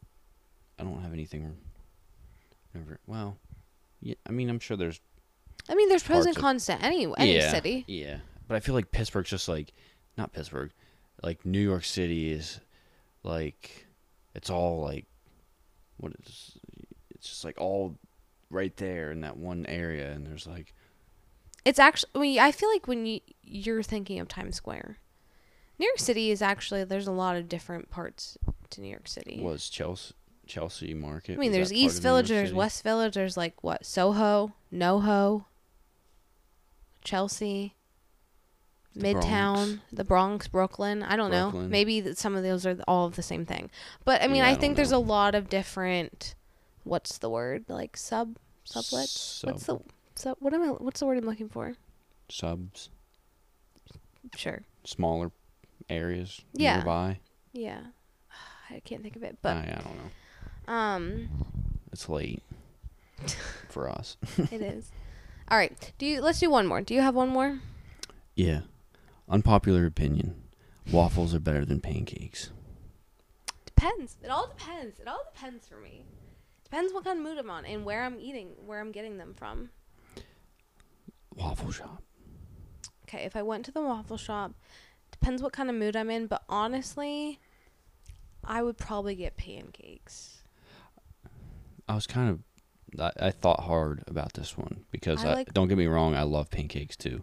[SPEAKER 2] I don't have anything. Never. Well, yeah. I mean, I'm sure there's.
[SPEAKER 1] I mean, there's pros
[SPEAKER 2] Parts
[SPEAKER 1] and
[SPEAKER 2] of-
[SPEAKER 1] cons to any, any
[SPEAKER 2] yeah,
[SPEAKER 1] city.
[SPEAKER 2] Yeah, but I feel like Pittsburgh's just like, not Pittsburgh, like New York City is, like, it's all like, what is? It's just like all, right there in that one area, and there's like,
[SPEAKER 1] It's actually, I, mean, I feel like when you, you're thinking of Times Square, New York City is actually, there's a lot of different parts to New York City.
[SPEAKER 2] was Chelsea, Chelsea Market.
[SPEAKER 1] I mean,
[SPEAKER 2] was
[SPEAKER 1] there's
[SPEAKER 2] that part
[SPEAKER 1] East
[SPEAKER 2] of New York
[SPEAKER 1] Village, there's
[SPEAKER 2] City?
[SPEAKER 1] West Village, there's like what Soho, NoHo, Chelsea,
[SPEAKER 2] The
[SPEAKER 1] Midtown,
[SPEAKER 2] Bronx.
[SPEAKER 1] the Bronx, Brooklyn. I don't know.
[SPEAKER 2] Brooklyn.
[SPEAKER 1] Maybe that some of those are all of the same thing. But I mean,
[SPEAKER 2] Yeah, I
[SPEAKER 1] I
[SPEAKER 2] don't
[SPEAKER 1] think there's
[SPEAKER 2] know.
[SPEAKER 1] a lot of different what's the word like sub sublets what's the
[SPEAKER 2] Sub-
[SPEAKER 1] sub what am I what's the word I'm looking for
[SPEAKER 2] subs,
[SPEAKER 1] sure
[SPEAKER 2] smaller areas
[SPEAKER 1] Yeah.
[SPEAKER 2] nearby.
[SPEAKER 1] yeah I can't think of it but
[SPEAKER 2] I, I don't know.
[SPEAKER 1] um
[SPEAKER 2] It's late for us.
[SPEAKER 1] it is all right do you let's do one more do you have one more
[SPEAKER 2] Yeah. Unpopular opinion. Waffles are better than pancakes.
[SPEAKER 1] depends it all depends it all depends for me depends what kind of mood I'm on and where I'm eating where I'm getting them from
[SPEAKER 2] Waffle shop.
[SPEAKER 1] Okay, if I went to the waffle shop, depends what kind of mood I'm in, but honestly, I would probably get pancakes.
[SPEAKER 2] I was kind of I, I thought hard about this one because
[SPEAKER 1] I
[SPEAKER 2] I,
[SPEAKER 1] like-
[SPEAKER 2] don't get me wrong, I love pancakes too.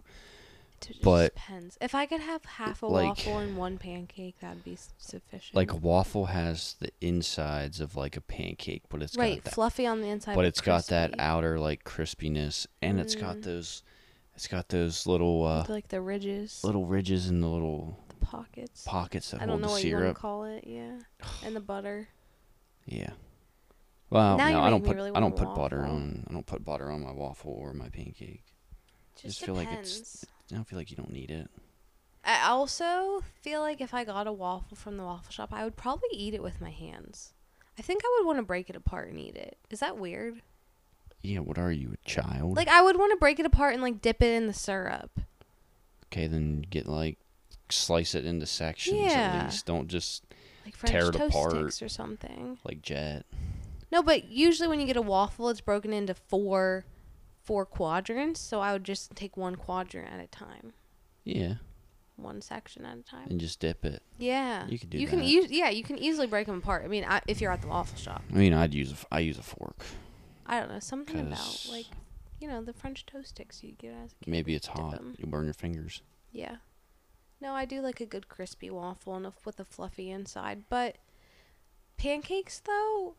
[SPEAKER 1] It just
[SPEAKER 2] But-
[SPEAKER 1] depends. If I could have half a
[SPEAKER 2] like-
[SPEAKER 1] waffle and one pancake, that'd be s- sufficient.
[SPEAKER 2] Like a waffle has the insides of like a pancake, but it's
[SPEAKER 1] right,
[SPEAKER 2] got that
[SPEAKER 1] fluffy on the inside,
[SPEAKER 2] but it's got that
[SPEAKER 1] crispy.
[SPEAKER 2] outer like crispiness and it's
[SPEAKER 1] Mm.
[SPEAKER 2] got those it's got those little uh
[SPEAKER 1] With, like the ridges,
[SPEAKER 2] little ridges and the little
[SPEAKER 1] the pockets.
[SPEAKER 2] pockets that
[SPEAKER 1] I
[SPEAKER 2] hold
[SPEAKER 1] don't know
[SPEAKER 2] the
[SPEAKER 1] what you want
[SPEAKER 2] syrup.
[SPEAKER 1] to call it. Yeah, and the butter.
[SPEAKER 2] Yeah. Well,
[SPEAKER 1] Now
[SPEAKER 2] no,
[SPEAKER 1] you're
[SPEAKER 2] I don't
[SPEAKER 1] making me
[SPEAKER 2] put
[SPEAKER 1] really
[SPEAKER 2] I
[SPEAKER 1] want
[SPEAKER 2] don't
[SPEAKER 1] a
[SPEAKER 2] put butter
[SPEAKER 1] waffle.
[SPEAKER 2] on I don't put butter on my waffle or my pancake.
[SPEAKER 1] Just,
[SPEAKER 2] Just feel like
[SPEAKER 1] depends.
[SPEAKER 2] it's- I don't feel like you don't need it.
[SPEAKER 1] I also feel like if I got a waffle from the waffle shop, I would probably eat it with my hands. I think I would want to break it apart and eat it. Is that weird?
[SPEAKER 2] Yeah, what are you, a child?
[SPEAKER 1] Like I would want to break it apart and like dip it in the syrup.
[SPEAKER 2] okay, then get like slice it into sections
[SPEAKER 1] Yeah.
[SPEAKER 2] at least. Don't just
[SPEAKER 1] Like French
[SPEAKER 2] Tear it
[SPEAKER 1] toast
[SPEAKER 2] apart.
[SPEAKER 1] sticks or something.
[SPEAKER 2] like jet.
[SPEAKER 1] No, but usually when you get a waffle, it's broken into four four quadrants, so I would just take one quadrant at a time,
[SPEAKER 2] Yeah,
[SPEAKER 1] one section at a time.
[SPEAKER 2] and just dip it.
[SPEAKER 1] yeah.
[SPEAKER 2] you could do
[SPEAKER 1] You can
[SPEAKER 2] that.
[SPEAKER 1] use yeah, you can easily break them apart. I mean, I, if you're at the waffle shop.
[SPEAKER 2] I mean, I'd use a f- I use a fork.
[SPEAKER 1] I don't know something about
[SPEAKER 2] 'Cause-
[SPEAKER 1] like you know the French toast sticks you get as a kid.
[SPEAKER 2] Maybe it's hot.
[SPEAKER 1] them.
[SPEAKER 2] You burn your fingers.
[SPEAKER 1] Yeah. No, I do like a good crispy waffle and a, with a fluffy inside, but pancakes though,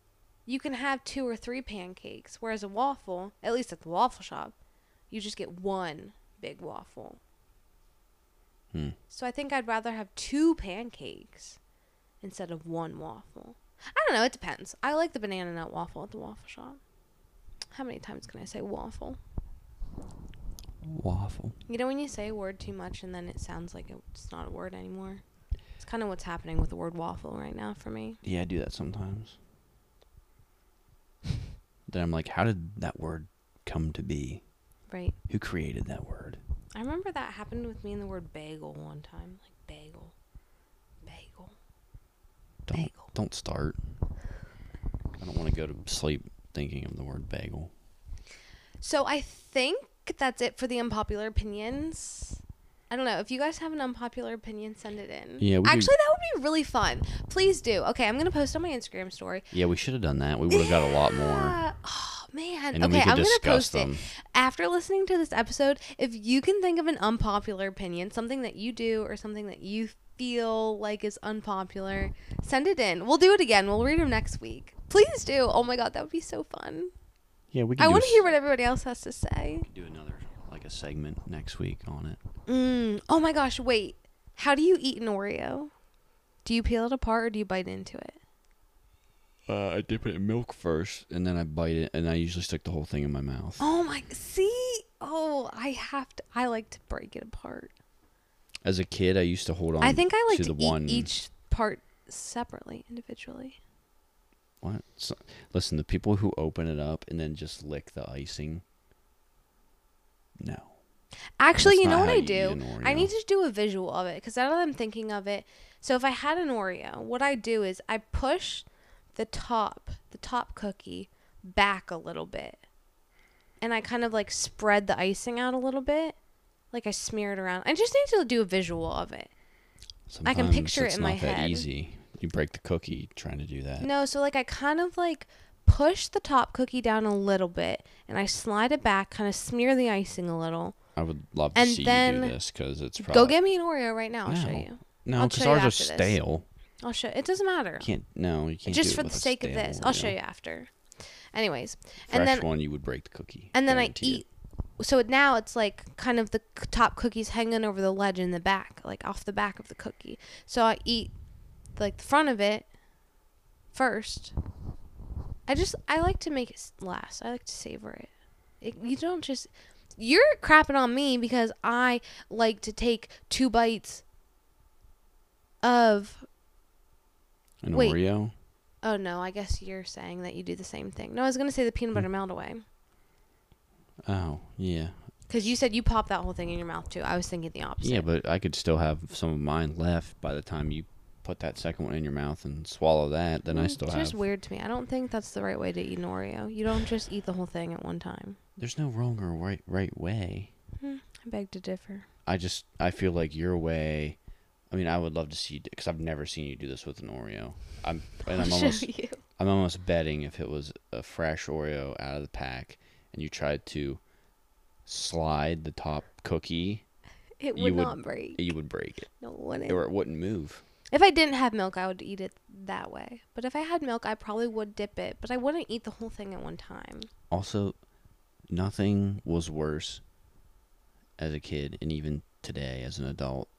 [SPEAKER 1] you can have two or three pancakes, whereas a waffle, at least at the waffle shop, you just get one big waffle.
[SPEAKER 2] Hmm.
[SPEAKER 1] So I think I'd rather have two pancakes instead of one waffle. I don't know, it depends. I like the banana nut waffle at the waffle shop. How many times can I say waffle?
[SPEAKER 2] Waffle.
[SPEAKER 1] You know when you say a word too much and then it sounds like it's not a word anymore? It's kind of what's happening with the word waffle right now for me.
[SPEAKER 2] Yeah, I do that sometimes. then I'm like, how did that word come to be?
[SPEAKER 1] Right.
[SPEAKER 2] Who created that word?
[SPEAKER 1] I remember that happened with me and the word bagel one time. Like bagel. Bagel.
[SPEAKER 2] Don't
[SPEAKER 1] Bagel.
[SPEAKER 2] don't start. I don't want to go to sleep thinking of the word bagel.
[SPEAKER 1] So I think that's it for the unpopular opinions. I don't know. If you guys have an unpopular opinion, send it in.
[SPEAKER 2] Yeah, we do-
[SPEAKER 1] Actually, that would be really fun. Please do. Okay, I'm going to post on my Instagram story.
[SPEAKER 2] Yeah, we should have done that. We would have got a lot more.
[SPEAKER 1] Yeah. Oh, man.
[SPEAKER 2] And then we
[SPEAKER 1] okay,
[SPEAKER 2] could
[SPEAKER 1] I'm going to
[SPEAKER 2] discuss
[SPEAKER 1] post it.
[SPEAKER 2] them.
[SPEAKER 1] After listening to this episode, if you can think of an unpopular opinion, something that you do or something that you feel like is unpopular, send it in. We'll do it again. We'll read them next week. Please do. Oh my God, that would be so fun.
[SPEAKER 2] Yeah, we. Could
[SPEAKER 1] I
[SPEAKER 2] do a
[SPEAKER 1] want to
[SPEAKER 2] s-
[SPEAKER 1] hear what everybody else has to say.
[SPEAKER 2] do another like a segment next week on it.
[SPEAKER 1] Mm. Oh my gosh, wait. How do you eat an Oreo? Do you peel it apart or do you bite into it?
[SPEAKER 2] Uh, I dip it in milk first, and then I bite it, and I usually stick the whole thing in my mouth.
[SPEAKER 1] Oh my, see? Oh, I have to, I like to break it apart.
[SPEAKER 2] As a kid, I used to hold on.
[SPEAKER 1] I think I like to,
[SPEAKER 2] the
[SPEAKER 1] eat
[SPEAKER 2] one.
[SPEAKER 1] each part separately, individually.
[SPEAKER 2] What? So, listen, the people who open it up and then just lick the icing. No.
[SPEAKER 1] Actually,
[SPEAKER 2] That's
[SPEAKER 1] you know
[SPEAKER 2] not
[SPEAKER 1] what
[SPEAKER 2] how
[SPEAKER 1] I
[SPEAKER 2] you eat
[SPEAKER 1] do?
[SPEAKER 2] an
[SPEAKER 1] I
[SPEAKER 2] Oreo.
[SPEAKER 1] need to do a visual of it because now that I'm thinking of it, so if I had an Oreo, what I do is I push the top, the top cookie, back a little bit, and I kind of like spread the icing out a little bit, like I smear it around. I just need to do a visual of it. I can
[SPEAKER 2] Sometimes
[SPEAKER 1] picture it
[SPEAKER 2] it's
[SPEAKER 1] in my
[SPEAKER 2] not that
[SPEAKER 1] head.
[SPEAKER 2] Easy. You break the cookie trying to do that.
[SPEAKER 1] No, so like I kind of like push the top cookie down a little bit, and I slide it back, kind of smear the icing a little.
[SPEAKER 2] I would love to
[SPEAKER 1] And
[SPEAKER 2] see
[SPEAKER 1] then-
[SPEAKER 2] you do this because it's probably
[SPEAKER 1] Go get me an Oreo right now. I'll show
[SPEAKER 2] No.
[SPEAKER 1] you.
[SPEAKER 2] no,
[SPEAKER 1] I'll
[SPEAKER 2] because
[SPEAKER 1] show you
[SPEAKER 2] ours are
[SPEAKER 1] after this.
[SPEAKER 2] stale.
[SPEAKER 1] I'll show. It doesn't matter.
[SPEAKER 2] Can't no, you can't. do
[SPEAKER 1] just
[SPEAKER 2] it
[SPEAKER 1] for the
[SPEAKER 2] with a
[SPEAKER 1] sake of
[SPEAKER 2] stale
[SPEAKER 1] this. I'll
[SPEAKER 2] Oreo.
[SPEAKER 1] show you after. Anyways,
[SPEAKER 2] Fresh
[SPEAKER 1] and then
[SPEAKER 2] one, you would break the cookie.
[SPEAKER 1] and then I
[SPEAKER 2] guarantee it.
[SPEAKER 1] eat. So it- now it's like kind of the c- top cookies hanging over the ledge in the back, like off the back of the cookie. So I eat like the front of it first, I just I like to make it s- last. I like to savor it. it. You don't just you're crapping on me because I like to take two bites of
[SPEAKER 2] An
[SPEAKER 1] Wait.
[SPEAKER 2] Oreo.
[SPEAKER 1] Oh no, I guess you're saying that you do the same thing. No, I was gonna say the
[SPEAKER 2] Hmm.
[SPEAKER 1] peanut butter melt away
[SPEAKER 2] Oh yeah,
[SPEAKER 1] because you said you pop that whole thing in your mouth too. I was thinking the opposite.
[SPEAKER 2] yeah. But I could still have some of mine left by the time you put that second one in your mouth and swallow that. Then I
[SPEAKER 1] Mm,
[SPEAKER 2] still
[SPEAKER 1] it's
[SPEAKER 2] have.
[SPEAKER 1] just weird to me. I don't think that's the right way to eat an Oreo. You don't just eat the whole thing at one time.
[SPEAKER 2] There's no wrong or right right way.
[SPEAKER 1] I beg to differ.
[SPEAKER 2] I just I feel like your way. I mean, I would love to see because I've never seen you do this with an Oreo. I'm and I'm
[SPEAKER 1] I'll
[SPEAKER 2] almost
[SPEAKER 1] show you.
[SPEAKER 2] I'm almost betting if it was a fresh Oreo out of the pack and you tried to slide the top cookie,
[SPEAKER 1] It
[SPEAKER 2] you
[SPEAKER 1] would
[SPEAKER 2] would-
[SPEAKER 1] not break.
[SPEAKER 2] you would break it
[SPEAKER 1] No one.
[SPEAKER 2] or it wouldn't move.
[SPEAKER 1] If I didn't have milk, I would eat it that way. But if I had milk, I probably would dip it. But I wouldn't eat the whole thing at one time.
[SPEAKER 2] Also, nothing was worse as a kid and even today as an adult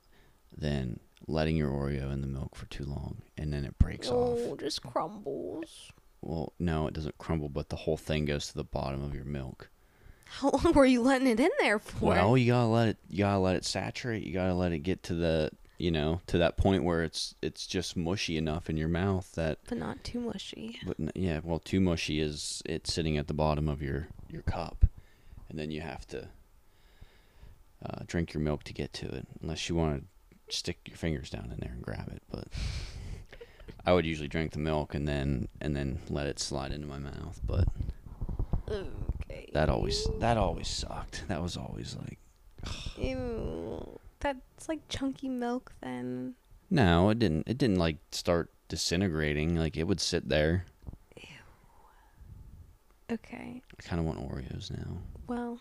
[SPEAKER 2] than letting your Oreo in the milk for too long and then it breaks off.
[SPEAKER 1] Oh, just crumbles.
[SPEAKER 2] Well, no, it doesn't crumble, but the whole thing goes to the bottom of your milk.
[SPEAKER 1] How long were you letting it in there for?
[SPEAKER 2] Well, you gotta let it. You gotta let it saturate. You gotta let it get to the, you know, to that point where it's it's just mushy enough in your mouth that.
[SPEAKER 1] but not too mushy.
[SPEAKER 2] But n- yeah, well, too mushy is it's sitting at the bottom of your your cup, and then you have to uh, drink your milk to get to it, unless you want to stick your fingers down in there and grab it. But I would usually drink the milk and then and then let it slide into my mouth, but.
[SPEAKER 1] Okay.
[SPEAKER 2] That always that always sucked. That was always like
[SPEAKER 1] Ew. That's like chunky milk then.
[SPEAKER 2] no, it didn't. It didn't like start disintegrating. Like it would sit there.
[SPEAKER 1] Okay.
[SPEAKER 2] I kind of want Oreos now.
[SPEAKER 1] Well,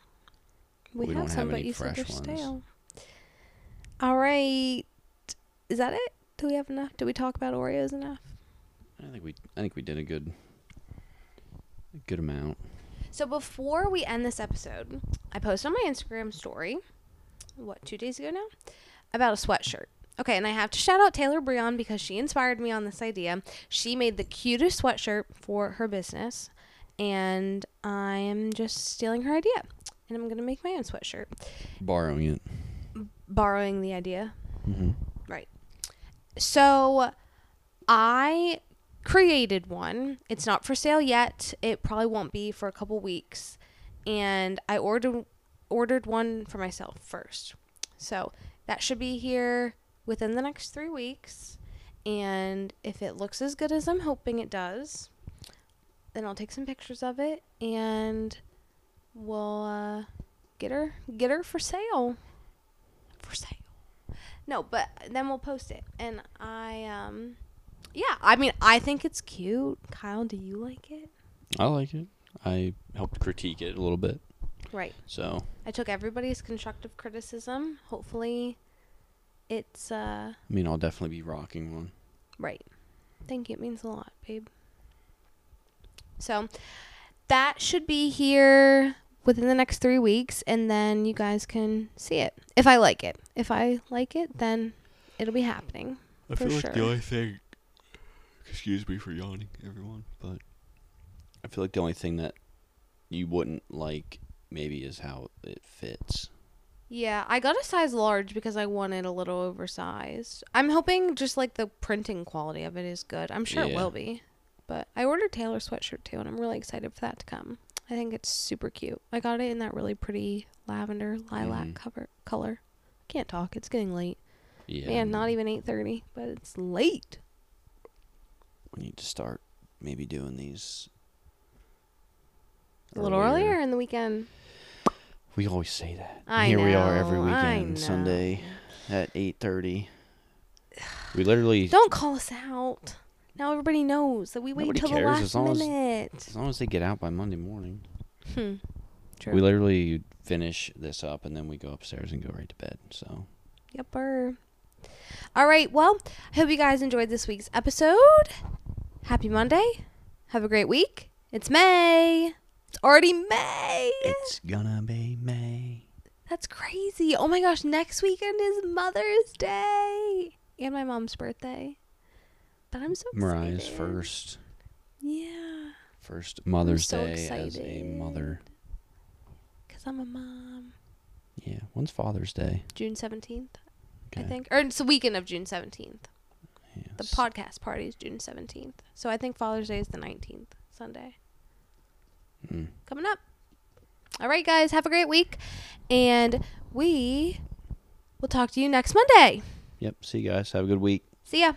[SPEAKER 1] we,
[SPEAKER 2] We
[SPEAKER 1] have
[SPEAKER 2] don't
[SPEAKER 1] some,
[SPEAKER 2] have
[SPEAKER 1] but
[SPEAKER 2] any
[SPEAKER 1] you said they're
[SPEAKER 2] fresh ones.
[SPEAKER 1] stale. All right. Is that it? Do we have enough? Did we talk about Oreos enough?
[SPEAKER 2] I think we I think we did a good a good amount.
[SPEAKER 1] So before we end this episode, I posted on my Instagram story, what, two days ago now, about a sweatshirt. Okay, and I have to shout out Taylor Breon because she inspired me on this idea. She made the cutest sweatshirt for her business, and I am just stealing her idea. And I'm going to make my own sweatshirt,
[SPEAKER 2] Borrowing it.
[SPEAKER 1] borrowing the idea
[SPEAKER 2] Mm-hmm.
[SPEAKER 1] Right. So I created one. It's not for sale yet. It probably won't be for a couple weeks. And I ordered ordered one for myself first. So that should be here within the next 3 weeks. And if it looks as good as I'm hoping it does, then I'll take some pictures of it and we'll uh, get her get her for sale. For sale. No, but then we'll post it. And I, um, yeah, I mean, I think it's cute. Kyle, do you like it?
[SPEAKER 2] I like it. I helped critique it a little bit.
[SPEAKER 1] Right.
[SPEAKER 2] So
[SPEAKER 1] I took everybody's constructive criticism. Hopefully, it's, uh,
[SPEAKER 2] I mean, I'll definitely be rocking one.
[SPEAKER 1] right. Thank you. It means a lot, babe. So that should be here within the next three weeks, and then you guys can see it if I like it. If I like it, then it'll be happening.
[SPEAKER 3] I
[SPEAKER 1] For
[SPEAKER 3] feel like the
[SPEAKER 1] sure.
[SPEAKER 3] only thing. Excuse me for yawning, everyone, but
[SPEAKER 2] I feel like the only thing that you wouldn't like maybe is how it fits.
[SPEAKER 1] Yeah, I got a size large because I wanted a little oversized. I'm hoping just like the printing quality of it is good. I'm sure it
[SPEAKER 2] Yeah.
[SPEAKER 1] will be. But I ordered Taylor sweatshirt too, and I'm really excited for that to come. I think it's super cute. I got it in that really pretty lavender lilac
[SPEAKER 2] Mhm.
[SPEAKER 1] cover color. Can't talk. It's getting late.
[SPEAKER 2] Yeah.
[SPEAKER 1] Yeah, not e- even 8:30, but it's late.
[SPEAKER 2] We need to start maybe doing these
[SPEAKER 1] A
[SPEAKER 2] Oh,
[SPEAKER 1] little earlier in the weekend.
[SPEAKER 2] We always say that.
[SPEAKER 1] I
[SPEAKER 2] Here we are
[SPEAKER 1] know,
[SPEAKER 2] every
[SPEAKER 1] I
[SPEAKER 2] weekend, Sunday
[SPEAKER 1] know.
[SPEAKER 2] at eight thirty. We literally,
[SPEAKER 1] Don't call us out. Now everybody knows that we wait
[SPEAKER 2] Nobody
[SPEAKER 1] till the
[SPEAKER 2] cares,
[SPEAKER 1] last
[SPEAKER 2] as long as-
[SPEAKER 1] minute.
[SPEAKER 2] as long as they get out by Monday morning,
[SPEAKER 1] Hmm. True.
[SPEAKER 2] we literally finish this up and then we go upstairs and go right to bed. So
[SPEAKER 1] Yepper. All right. Well, I hope you guys enjoyed this week's episode. Happy Monday. Have a great week. It's May. It's already May.
[SPEAKER 2] it's gonna be May.
[SPEAKER 1] That's crazy. Oh my gosh. Next weekend is Mother's Day and my mom's birthday. But I'm so
[SPEAKER 2] Mariah's
[SPEAKER 1] excited.
[SPEAKER 2] first
[SPEAKER 1] Yeah.
[SPEAKER 2] First Mother's
[SPEAKER 1] so
[SPEAKER 2] Day as a mother.
[SPEAKER 1] Because I'm a mom.
[SPEAKER 2] Yeah. When's Father's Day?
[SPEAKER 1] June 17th, I
[SPEAKER 2] Okay.
[SPEAKER 1] think. Or it's the weekend of June 17th.
[SPEAKER 2] Yeah,
[SPEAKER 1] The
[SPEAKER 2] s-
[SPEAKER 1] podcast party is June 17th. So I think Father's Day is the 19th, Sunday.
[SPEAKER 2] mm.
[SPEAKER 1] Coming up. All right, guys. Have a great week. And we will talk to you next Monday.
[SPEAKER 2] Yep. See you guys. Have a good week.
[SPEAKER 1] See ya.